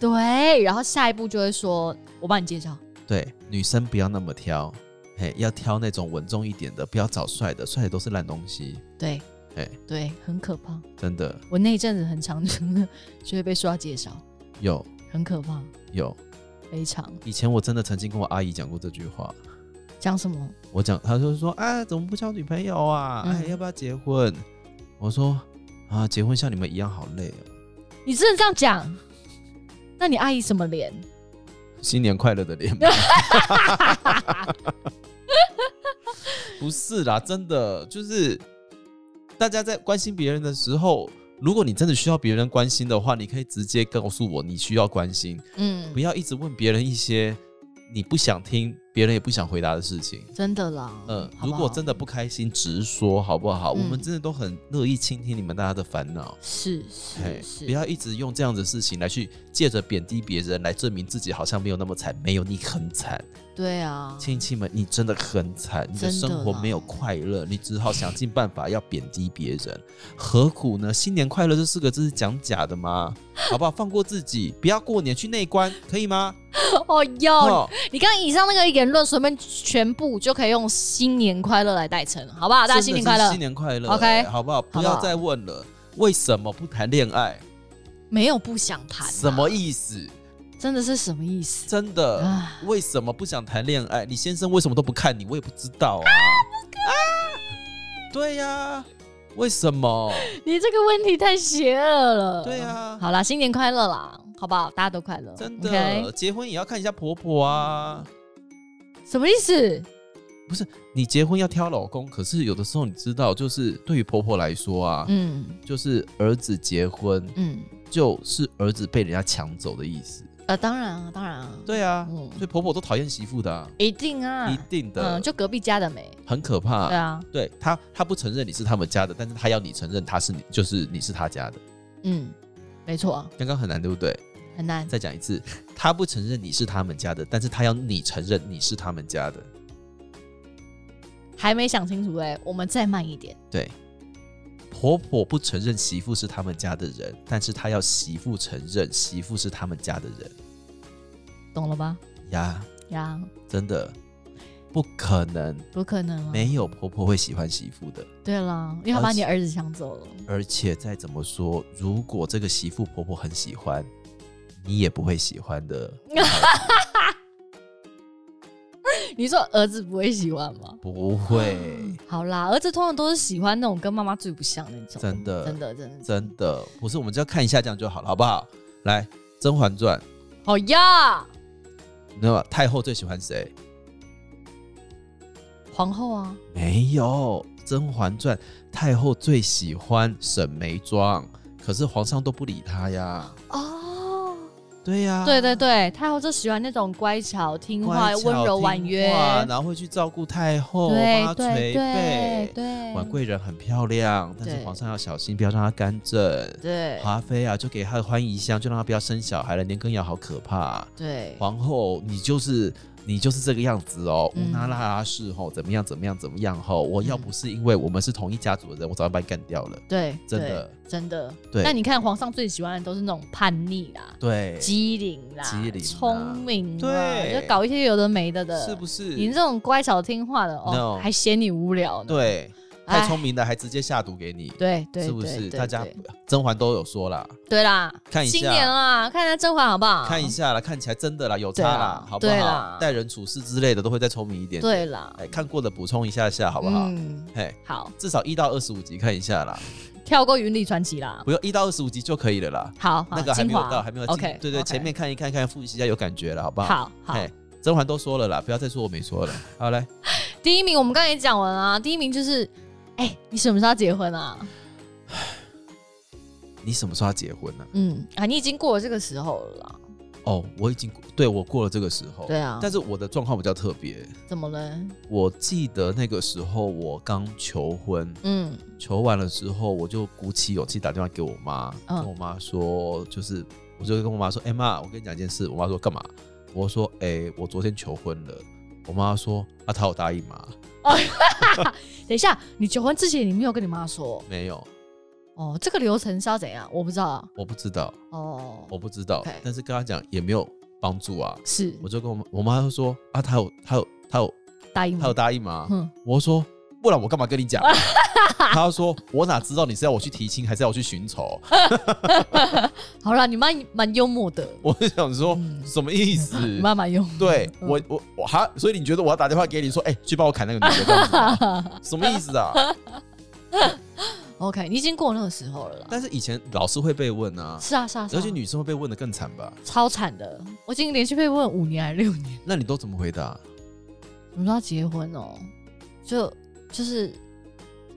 Speaker 2: 对，然后下一步就会说，我帮你介绍。
Speaker 1: 对，女生不要那么挑，嘿，要挑那种稳重一点的，不要找帅的，帅的都是烂东西。
Speaker 2: 对
Speaker 1: 哎，
Speaker 2: 对，很可怕。
Speaker 1: 真的
Speaker 2: 我那一阵子很常 *laughs* 就会被说要介绍，
Speaker 1: 有
Speaker 2: 很可怕，
Speaker 1: 有，
Speaker 2: 非常。
Speaker 1: 以前我真的曾经跟我阿姨讲过这句话。
Speaker 2: 讲什么？
Speaker 1: 我讲，她就说啊，怎么不交女朋友啊？
Speaker 2: 嗯
Speaker 1: 哎，要不要结婚？我说啊，结婚像你们一样好累哦。
Speaker 2: 你真的这样讲？那你阿姨什么脸？
Speaker 1: 新年快乐的脸。 *laughs* 不是啦，真的就是大家在关心别人的时候，如果你真的需要别人关心的话，你可以直接告诉我你需要关心，
Speaker 2: 嗯
Speaker 1: 不，要一直问别人一些你不想听、别人也不想回答的事情。
Speaker 2: 真的啦。
Speaker 1: 嗯，
Speaker 2: 好不
Speaker 1: 如
Speaker 2: 好
Speaker 1: 果真的不开心，直说好不好？
Speaker 2: 嗯
Speaker 1: 我们真的都很乐意倾听你们大家的烦恼。
Speaker 2: 是
Speaker 1: 嘿
Speaker 2: 是是，
Speaker 1: 不要一直用这样的事情来去借着贬低别人来证明自己好像没有那么惨，没有你很惨。
Speaker 2: 对啊，
Speaker 1: 亲戚们，你真的很惨，你的
Speaker 2: 真的
Speaker 1: 生活
Speaker 2: 啦
Speaker 1: 没有快乐，你只好想尽办法要贬低别人，何苦呢？新年快乐这四个字是讲假的吗？好不好？放过自己，不要过年去内关，可以吗？
Speaker 2: 哦哟，
Speaker 1: 哦，
Speaker 2: 你刚刚以上那个言论，随便全部就可以用“新年快乐”来代称，好不好？大家新年快
Speaker 1: 真的
Speaker 2: 乐
Speaker 1: 是新！年快乐
Speaker 2: OK
Speaker 1: 哎好不好？不
Speaker 2: 好不
Speaker 1: 要
Speaker 2: 好
Speaker 1: 再问了，为什么不谈恋爱？
Speaker 2: 没有不想谈、啊，
Speaker 1: 什么意思？
Speaker 2: 真的是什么意思？
Speaker 1: 真的
Speaker 2: 唉，
Speaker 1: 为什么不想谈恋爱？你先生为什么都不看你？我也不知道啊。啊对呀、为什么？
Speaker 2: *laughs* 你这个问题太邪恶了。
Speaker 1: 对啊
Speaker 2: 好啦，新年快乐啦，好不好？大家都快乐，
Speaker 1: 真的
Speaker 2: OK？
Speaker 1: 结婚也要看一下婆婆啊。
Speaker 2: 什么意思？
Speaker 1: 你结婚要挑老公，可是有的时候你知道，就是对于婆婆来说啊，
Speaker 2: 嗯
Speaker 1: 就是儿子结婚
Speaker 2: 嗯，
Speaker 1: 就是儿子被人家抢走的意思。
Speaker 2: 呃，当然啊，当然啊，
Speaker 1: 对啊，
Speaker 2: 嗯
Speaker 1: 所以婆婆都讨厌媳妇的、啊，
Speaker 2: 一定啊，
Speaker 1: 一定的，
Speaker 2: 嗯，就隔壁家的没，
Speaker 1: 很可怕。
Speaker 2: 对啊，
Speaker 1: 对她，她不承认你是他们家的，但是她要你承认她是你，就是你是她家的。
Speaker 2: 嗯，没错啊，
Speaker 1: 刚刚很难，对不对？
Speaker 2: 很难，
Speaker 1: 再讲一次，她不承认你是他们家的，但是她要你承认你是他们家的。
Speaker 2: 还没想清楚哎、我们再慢一点，
Speaker 1: 对，婆婆不承认媳妇是他们家的人，但是她要媳妇承认媳妇是他们家的人
Speaker 2: 懂了吧？
Speaker 1: 呀，
Speaker 2: 呀，
Speaker 1: 真的不可能，
Speaker 2: 不可能啊，
Speaker 1: 没有婆婆会喜欢媳妇的。
Speaker 2: 对啦，因为他把你儿子抢走了，
Speaker 1: 而且再怎么说，如果这个媳妇婆婆很喜欢，你也不会喜欢的。
Speaker 2: 你说儿子不会喜欢吗？
Speaker 1: 不会，
Speaker 2: 好啦，儿子通常都是喜欢那种跟妈妈最不像那种，
Speaker 1: 真的
Speaker 2: 真的，真的，
Speaker 1: 真的不是，我们只要看一下这样就好了，好不好？来，《甄嬛传》，
Speaker 2: 好哦呀，
Speaker 1: 你知道吗？太后最喜欢谁？
Speaker 2: 皇后啊，
Speaker 1: 没有，《甄嬛传》太后最喜欢沈眉庄，可是皇上都不理她呀。
Speaker 2: 哦，
Speaker 1: 对呀、
Speaker 2: 对对对，太后就喜欢那种乖巧听话
Speaker 1: 啊乖、巧
Speaker 2: 温柔婉约
Speaker 1: 听，话然后会去照顾太后，帮
Speaker 2: 对
Speaker 1: 她
Speaker 2: 对
Speaker 1: 捶
Speaker 2: 对
Speaker 1: 背。
Speaker 2: 对，
Speaker 1: 婉贵人很漂亮，但
Speaker 2: 对
Speaker 1: 是皇上要小心，不要让她干政。
Speaker 2: 对
Speaker 1: 华妃啊，就给她欢宜香，就让她不要生小孩了。年羹尧好可怕、
Speaker 2: 对，
Speaker 1: 皇后，你就是你就是这个样子哦，乌
Speaker 2: 嗯
Speaker 1: 拉拉拉氏吼，怎么样怎么样怎么样吼，我要
Speaker 2: 嗯
Speaker 1: 不是因为我们是同一家族的人，我早就把你干掉了。
Speaker 2: 对，
Speaker 1: 真
Speaker 2: 对
Speaker 1: 的，
Speaker 2: 真的。
Speaker 1: 对
Speaker 2: 但你看，皇上最喜欢的都是那种叛逆啦、
Speaker 1: 对，
Speaker 2: 机灵啦、
Speaker 1: 机灵啦
Speaker 2: 聪明啦，
Speaker 1: 对
Speaker 2: 就搞一些有的没的的，
Speaker 1: 是不是？
Speaker 2: 你这种乖巧听话的哦
Speaker 1: No
Speaker 2: 还嫌你无聊呢。
Speaker 1: 对，
Speaker 2: 哎
Speaker 1: 太聪明了，还直接下毒给你，
Speaker 2: 对对，
Speaker 1: 是不
Speaker 2: 对
Speaker 1: 是？
Speaker 2: 对
Speaker 1: 大家
Speaker 2: 对
Speaker 1: 甄嬛都有说啦，
Speaker 2: 对啦，
Speaker 1: 看一下
Speaker 2: 新年啦，看一下甄嬛好不好？
Speaker 1: 看一，下啦，看起来真的啦，有差
Speaker 2: 啊对啦
Speaker 1: 啦，好不
Speaker 2: 对
Speaker 1: 好
Speaker 2: 啦？
Speaker 1: 待人处事之类的都会再聪明一点。
Speaker 2: 嗯对，啦，
Speaker 1: 哎，看过的补充一下下，好
Speaker 2: 好
Speaker 1: 不好？
Speaker 2: 嗯，
Speaker 1: 嘿，
Speaker 2: 好，
Speaker 1: 至少一到二十五集看一下啦，
Speaker 2: 跳过云里传奇啦。
Speaker 1: 不用一到二十五集就可以了啦。
Speaker 2: 好，好
Speaker 1: 那个还没
Speaker 2: 啊精
Speaker 1: 有
Speaker 2: 华
Speaker 1: 到，还没有进
Speaker 2: OK，
Speaker 1: 对对，前面看一看，看复习一下有感觉了，好不好？
Speaker 2: 好好。
Speaker 1: 嘿，甄嬛都说了啦，不要再说我没说了。好来，
Speaker 2: 第一名我们刚才也讲完啊，第一名就是，哎，你什么时候要结婚啊？
Speaker 1: 你什么时候要结婚呢、
Speaker 2: 嗯啊，你已经过了这个时候了啦。
Speaker 1: 哦，我已经过对我过了这个时候，
Speaker 2: 对啊，
Speaker 1: 但是我的状况比较特别。
Speaker 2: 怎么了？
Speaker 1: 我记得那个时候我刚求婚，
Speaker 2: 嗯，
Speaker 1: 求完了之后，我就鼓起勇气打电话给我妈，
Speaker 2: 嗯
Speaker 1: 跟我妈说，就是我就跟我妈说，哎、妈，我跟你讲一件事。我妈说干嘛？我说，哎、我昨天求婚了。我妈说，啊，她有答应吗？
Speaker 2: 等一下，你结婚之前你没有跟你妈说
Speaker 1: 没有，
Speaker 2: 哦，这个流程是要怎样？我不知道啊
Speaker 1: 我不知道。
Speaker 2: 哦，
Speaker 1: 我不知道
Speaker 2: OK 嗯
Speaker 1: 但是跟他讲也没有帮助啊。
Speaker 2: 是
Speaker 1: 我就跟我妈我妈就说啊，她有她有她有
Speaker 2: 答应
Speaker 1: 她
Speaker 2: 吗
Speaker 1: 有？答应吗？
Speaker 2: 嗯，
Speaker 1: 我说不然我干嘛跟你
Speaker 2: *laughs*
Speaker 1: 讲？她说我哪知道你是要我去提亲还是要我去寻仇？ *laughs*
Speaker 2: 好啦，你妈蛮幽默的，
Speaker 1: 我就想说、
Speaker 2: 嗯
Speaker 1: 什么意思？
Speaker 2: 你 *laughs* 妈蛮幽默的，
Speaker 1: 对
Speaker 2: 嗯
Speaker 1: 我我我哈，所以你觉得我要打电话给你说，哎、去帮我砍那个女的这样子
Speaker 2: *laughs*
Speaker 1: 吗，什么意思啊？ *laughs*
Speaker 2: OK，你已经过那个时候了啦。
Speaker 1: 但是以前老师会被问啊，
Speaker 2: 是啊，是啊，是啊
Speaker 1: 尤其女生会被问的更惨吧？
Speaker 2: 超惨的，我已经连续被问五年还是六年，
Speaker 1: 那你都怎么回答？
Speaker 2: 什么时候要结婚哦？就就是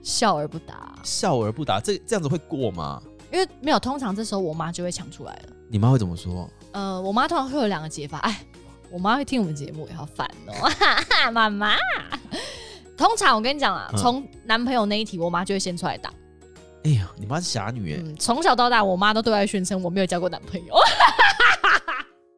Speaker 2: 笑而不答，
Speaker 1: 笑而不答，这这样子会过吗？
Speaker 2: 因为没有，通常这时候我妈就会抢出来了。
Speaker 1: 你妈会怎么说？
Speaker 2: 呃，我妈通常会有两个解法，哎，我妈会听我们节目，也好烦哦、妈妈。通常我跟你讲啊，
Speaker 1: 嗯
Speaker 2: 从男朋友那一题，我妈就会先出来打。
Speaker 1: 哎呀，你妈是侠女哎、
Speaker 2: 嗯，从小到大，我妈都对外宣称我没有交过男朋友。 *laughs*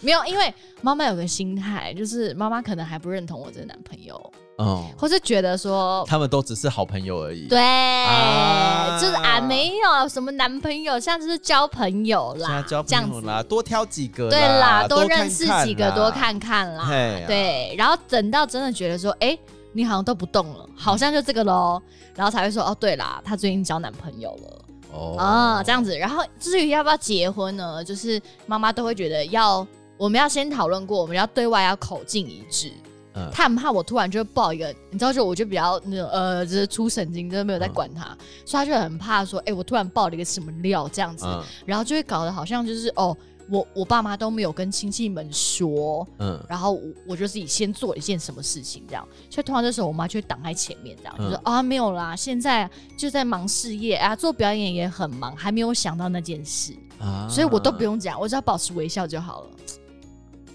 Speaker 2: 没有，因为妈妈有个心态，就是妈妈可能还不认同我这个男朋友，
Speaker 1: 嗯，
Speaker 2: 或是觉得说，
Speaker 1: 他们都只是好朋友而已。
Speaker 2: 对，
Speaker 1: 啊
Speaker 2: 就是啊，没有什么男朋友，现在就是交朋友
Speaker 1: 现在
Speaker 2: 啦，
Speaker 1: 交
Speaker 2: 这样
Speaker 1: 朋友
Speaker 2: 子
Speaker 1: 啦，多挑几个啦，
Speaker 2: 对啦，多
Speaker 1: 多
Speaker 2: 认识几个，多看看啦。
Speaker 1: 嘿啊
Speaker 2: 对，然后等到真的觉得说，哎、你好像都不动了，好像就这个喽，然后才会说，哦，对啦，她最近交男朋友了
Speaker 1: 哦
Speaker 2: 啊、这样子。然后至于要不要结婚呢，就是妈妈都会觉得要，我们要先讨论过，我们要对外要口径一致。
Speaker 1: 嗯
Speaker 2: 他很怕我突然就报一个，你知道，就我就比较那种呃，就是出神经，就是没有在
Speaker 1: 嗯
Speaker 2: 管他，所以他就很怕说，哎、我突然爆了一个什么料这样子，
Speaker 1: 嗯
Speaker 2: 然后就会搞得好像就是哦，我我爸妈都没有跟亲戚们说，
Speaker 1: 嗯，
Speaker 2: 然后我我就自己先做了一件什么事情这样，所以通常这时候我妈就会挡在前面这样，就说
Speaker 1: 嗯
Speaker 2: 啊没有啦，现在就在忙事业啊，做表演也很忙，还没有想到那件事，
Speaker 1: 啊
Speaker 2: 所以我都不。用讲，我只要保持微笑就好了。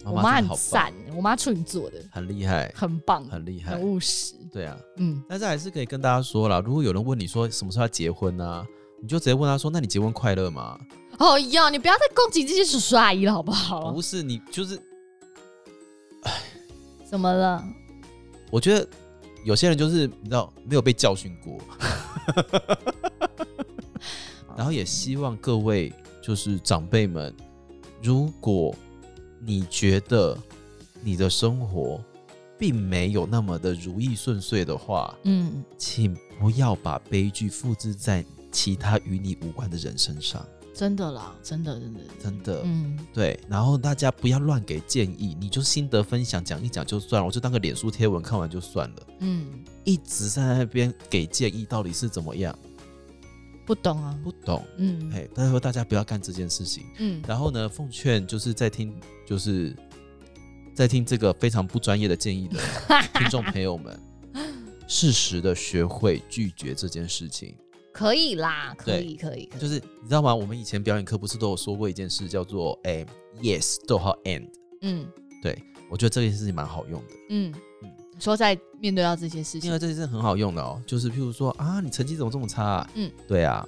Speaker 2: 我妈
Speaker 1: 真的
Speaker 2: 很
Speaker 1: 好棒，
Speaker 2: 赞，我妈处女座的，
Speaker 1: 很厉害，
Speaker 2: 很棒，
Speaker 1: 很厉害
Speaker 2: 很。务实，
Speaker 1: 对啊，
Speaker 2: 嗯，
Speaker 1: 但是还是可以跟大家说啦，如果有人问你说什么时候要结婚啊，你就直接问他说：“那你结婚快乐吗
Speaker 2: 哦哟，你不要再攻击这些叔叔阿姨了好不？”好？啊
Speaker 1: 不是，你就是
Speaker 2: 怎么了？
Speaker 1: 我觉得有些人就是你知道没有被教训过，哦然后也希望各位就是长辈们，如果你觉得你的生活并没有那么的如意顺遂的话，
Speaker 2: 嗯，
Speaker 1: 请不要把悲剧复制在其他与你无关的人身上。
Speaker 2: 真的啦，真的真的，
Speaker 1: 真的。
Speaker 2: 嗯，
Speaker 1: 对，然后大家不要乱给建议，你就心得分享讲一讲就算了，我就当个脸书贴文看完就算了。
Speaker 2: 嗯，
Speaker 1: 一直在那边给建议，到底是怎么样？
Speaker 2: 不懂啊，
Speaker 1: 不懂。
Speaker 2: 嗯
Speaker 1: 嘿，但是大家不要干这件事情。
Speaker 2: 嗯，
Speaker 1: 然后呢，奉劝就是在听，就是在听这个非常不专业的建议
Speaker 2: *laughs*
Speaker 1: 的听众朋友们，适时的学会拒绝这件事情。
Speaker 2: 可以啦，可
Speaker 1: 对
Speaker 2: 以可以，可以
Speaker 1: 就是你知道吗？我们以前表演课不是都有说过一件事，叫做哎、yes 逗号 and。
Speaker 2: 嗯
Speaker 1: 我觉得这件事情蛮好用的，
Speaker 2: 嗯
Speaker 1: 嗯
Speaker 2: 你说在面对到这些事
Speaker 1: 因
Speaker 2: 情
Speaker 1: 为，这件事很好用的哦。就是譬如说啊，你成绩怎么这么差、啊？
Speaker 2: 嗯
Speaker 1: 嗯，对啊，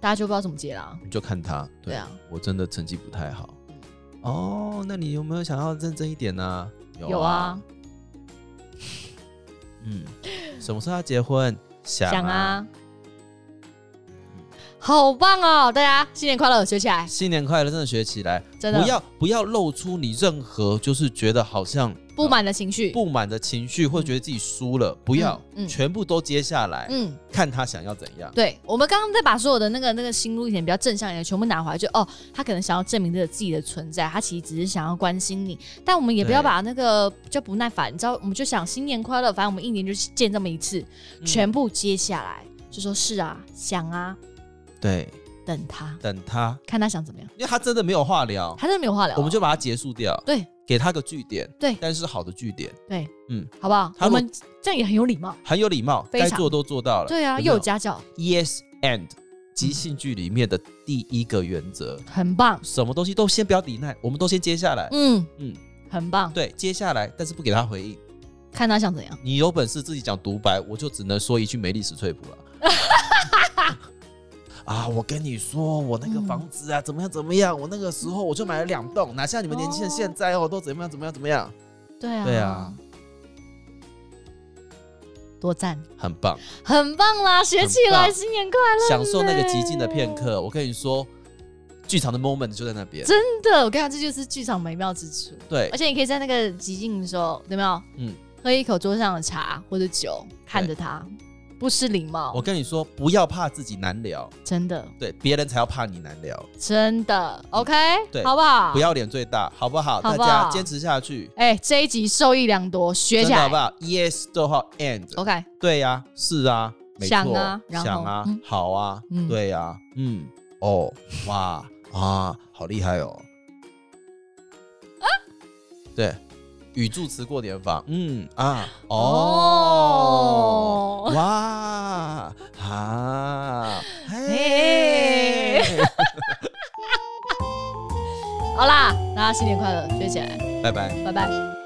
Speaker 2: 大家就不知道怎么接啦。
Speaker 1: 你就看他。
Speaker 2: 对啊，
Speaker 1: 我真的成绩不太好。
Speaker 2: 嗯
Speaker 1: 哦，那你有没有想要认真一点呢、有
Speaker 2: 有啊，
Speaker 1: 嗯，什么时候要结婚？想
Speaker 2: 想，啊，
Speaker 1: 嗯
Speaker 2: 好棒哦！大家新年快乐，学起来，
Speaker 1: 新年快乐，真的学起来，
Speaker 2: 真的
Speaker 1: 不要不要露出你任何就是觉得好像
Speaker 2: 不满的情绪，
Speaker 1: 不满的情绪，或觉得自己输了，不要，
Speaker 2: 嗯嗯嗯
Speaker 1: 全部都接下来，
Speaker 2: 嗯，
Speaker 1: 看他想要怎样。
Speaker 2: 对，我们刚刚在把所有的那个那个心路历程比较正向的全部拿回来，就哦，他可能想要证明这个自己的存在，他其实只是想要关心你，但我们也不
Speaker 1: 对
Speaker 2: 要把那个就不耐烦，你知道，我们就想新年快乐，反正我们一年就见这么一次，
Speaker 1: 嗯
Speaker 2: 全部接下来就说是啊，想啊，
Speaker 1: 对，
Speaker 2: 等他，
Speaker 1: 等他，
Speaker 2: 看他想怎么样，
Speaker 1: 因为他真的没有话聊，
Speaker 2: 他真的没有话聊啊，
Speaker 1: 哦我们就把它结束掉，
Speaker 2: 对
Speaker 1: 给他个据点，
Speaker 2: 对
Speaker 1: 但是好的据点，
Speaker 2: 对，嗯
Speaker 1: 嗯，
Speaker 2: 好不好？
Speaker 1: 他
Speaker 2: 我
Speaker 1: 如果
Speaker 2: 们这样也很有礼貌，
Speaker 1: 很有礼貌，
Speaker 2: 非常
Speaker 1: 该做都做到了。哦
Speaker 2: 对啊，
Speaker 1: 有没有
Speaker 2: 又有家教，
Speaker 1: Yes and
Speaker 2: 嗯
Speaker 1: 即兴剧里面的第一个原则，
Speaker 2: 很棒，
Speaker 1: 什么东西都先不要抵赖，我们都先接下来。
Speaker 2: 嗯嗯
Speaker 1: 嗯，
Speaker 2: 很棒，
Speaker 1: 对，接下来，但是不给他回应。
Speaker 2: 看他想怎样，
Speaker 1: 你有本事自己讲独白，我就只能说一句没历史翠普了。 *laughs* 啊！我跟你说，我那个
Speaker 2: 嗯
Speaker 1: 房子啊，怎么样怎么样？我那个时候我就买了两栋，哪像你们年轻人
Speaker 2: 哦
Speaker 1: 现在哦，都怎么样怎么样怎么样？
Speaker 2: 对啊，
Speaker 1: 对啊，
Speaker 2: 多赞。
Speaker 1: 很棒，
Speaker 2: 很棒啦，学起来，
Speaker 1: 很棒
Speaker 2: 新年快乐！
Speaker 1: 享受那个极尽的片刻。我跟你说，剧场的 moment 就在那边。
Speaker 2: 真的，我跟你讲，这就是剧场美妙之处。
Speaker 1: 对
Speaker 2: 而，且你可以在那个极静的时候，有没有？
Speaker 1: 嗯，
Speaker 2: 喝一口桌上的茶或者酒，看着他，不失礼貌
Speaker 1: 我。跟你说，不要怕自己难聊，
Speaker 2: 真的，
Speaker 1: 对，别人才要怕你难聊。
Speaker 2: 真的，OK，
Speaker 1: 对
Speaker 2: 好不好？
Speaker 1: 不。要脸最大，好不好？
Speaker 2: 好不好
Speaker 1: 大家坚持下去，
Speaker 2: 哎、这一集受益良多，学
Speaker 1: 真
Speaker 2: 起
Speaker 1: 的好
Speaker 2: 来
Speaker 1: 不。好？Yes 逗号 and，、
Speaker 2: OK，
Speaker 1: 对呀、是啊，没错，
Speaker 2: 想啊然后
Speaker 1: 想啊
Speaker 2: 嗯
Speaker 1: 好啊，
Speaker 2: 嗯
Speaker 1: 对呀、嗯，哦，哇啊，好厉害哦！对，语助词过点法，嗯啊，哦，
Speaker 2: 哦 *laughs*
Speaker 1: 哇啊，
Speaker 2: 嘿
Speaker 1: 嘿。
Speaker 2: 好啦，大家新年快乐，学起来，
Speaker 1: 拜拜。
Speaker 2: 拜拜。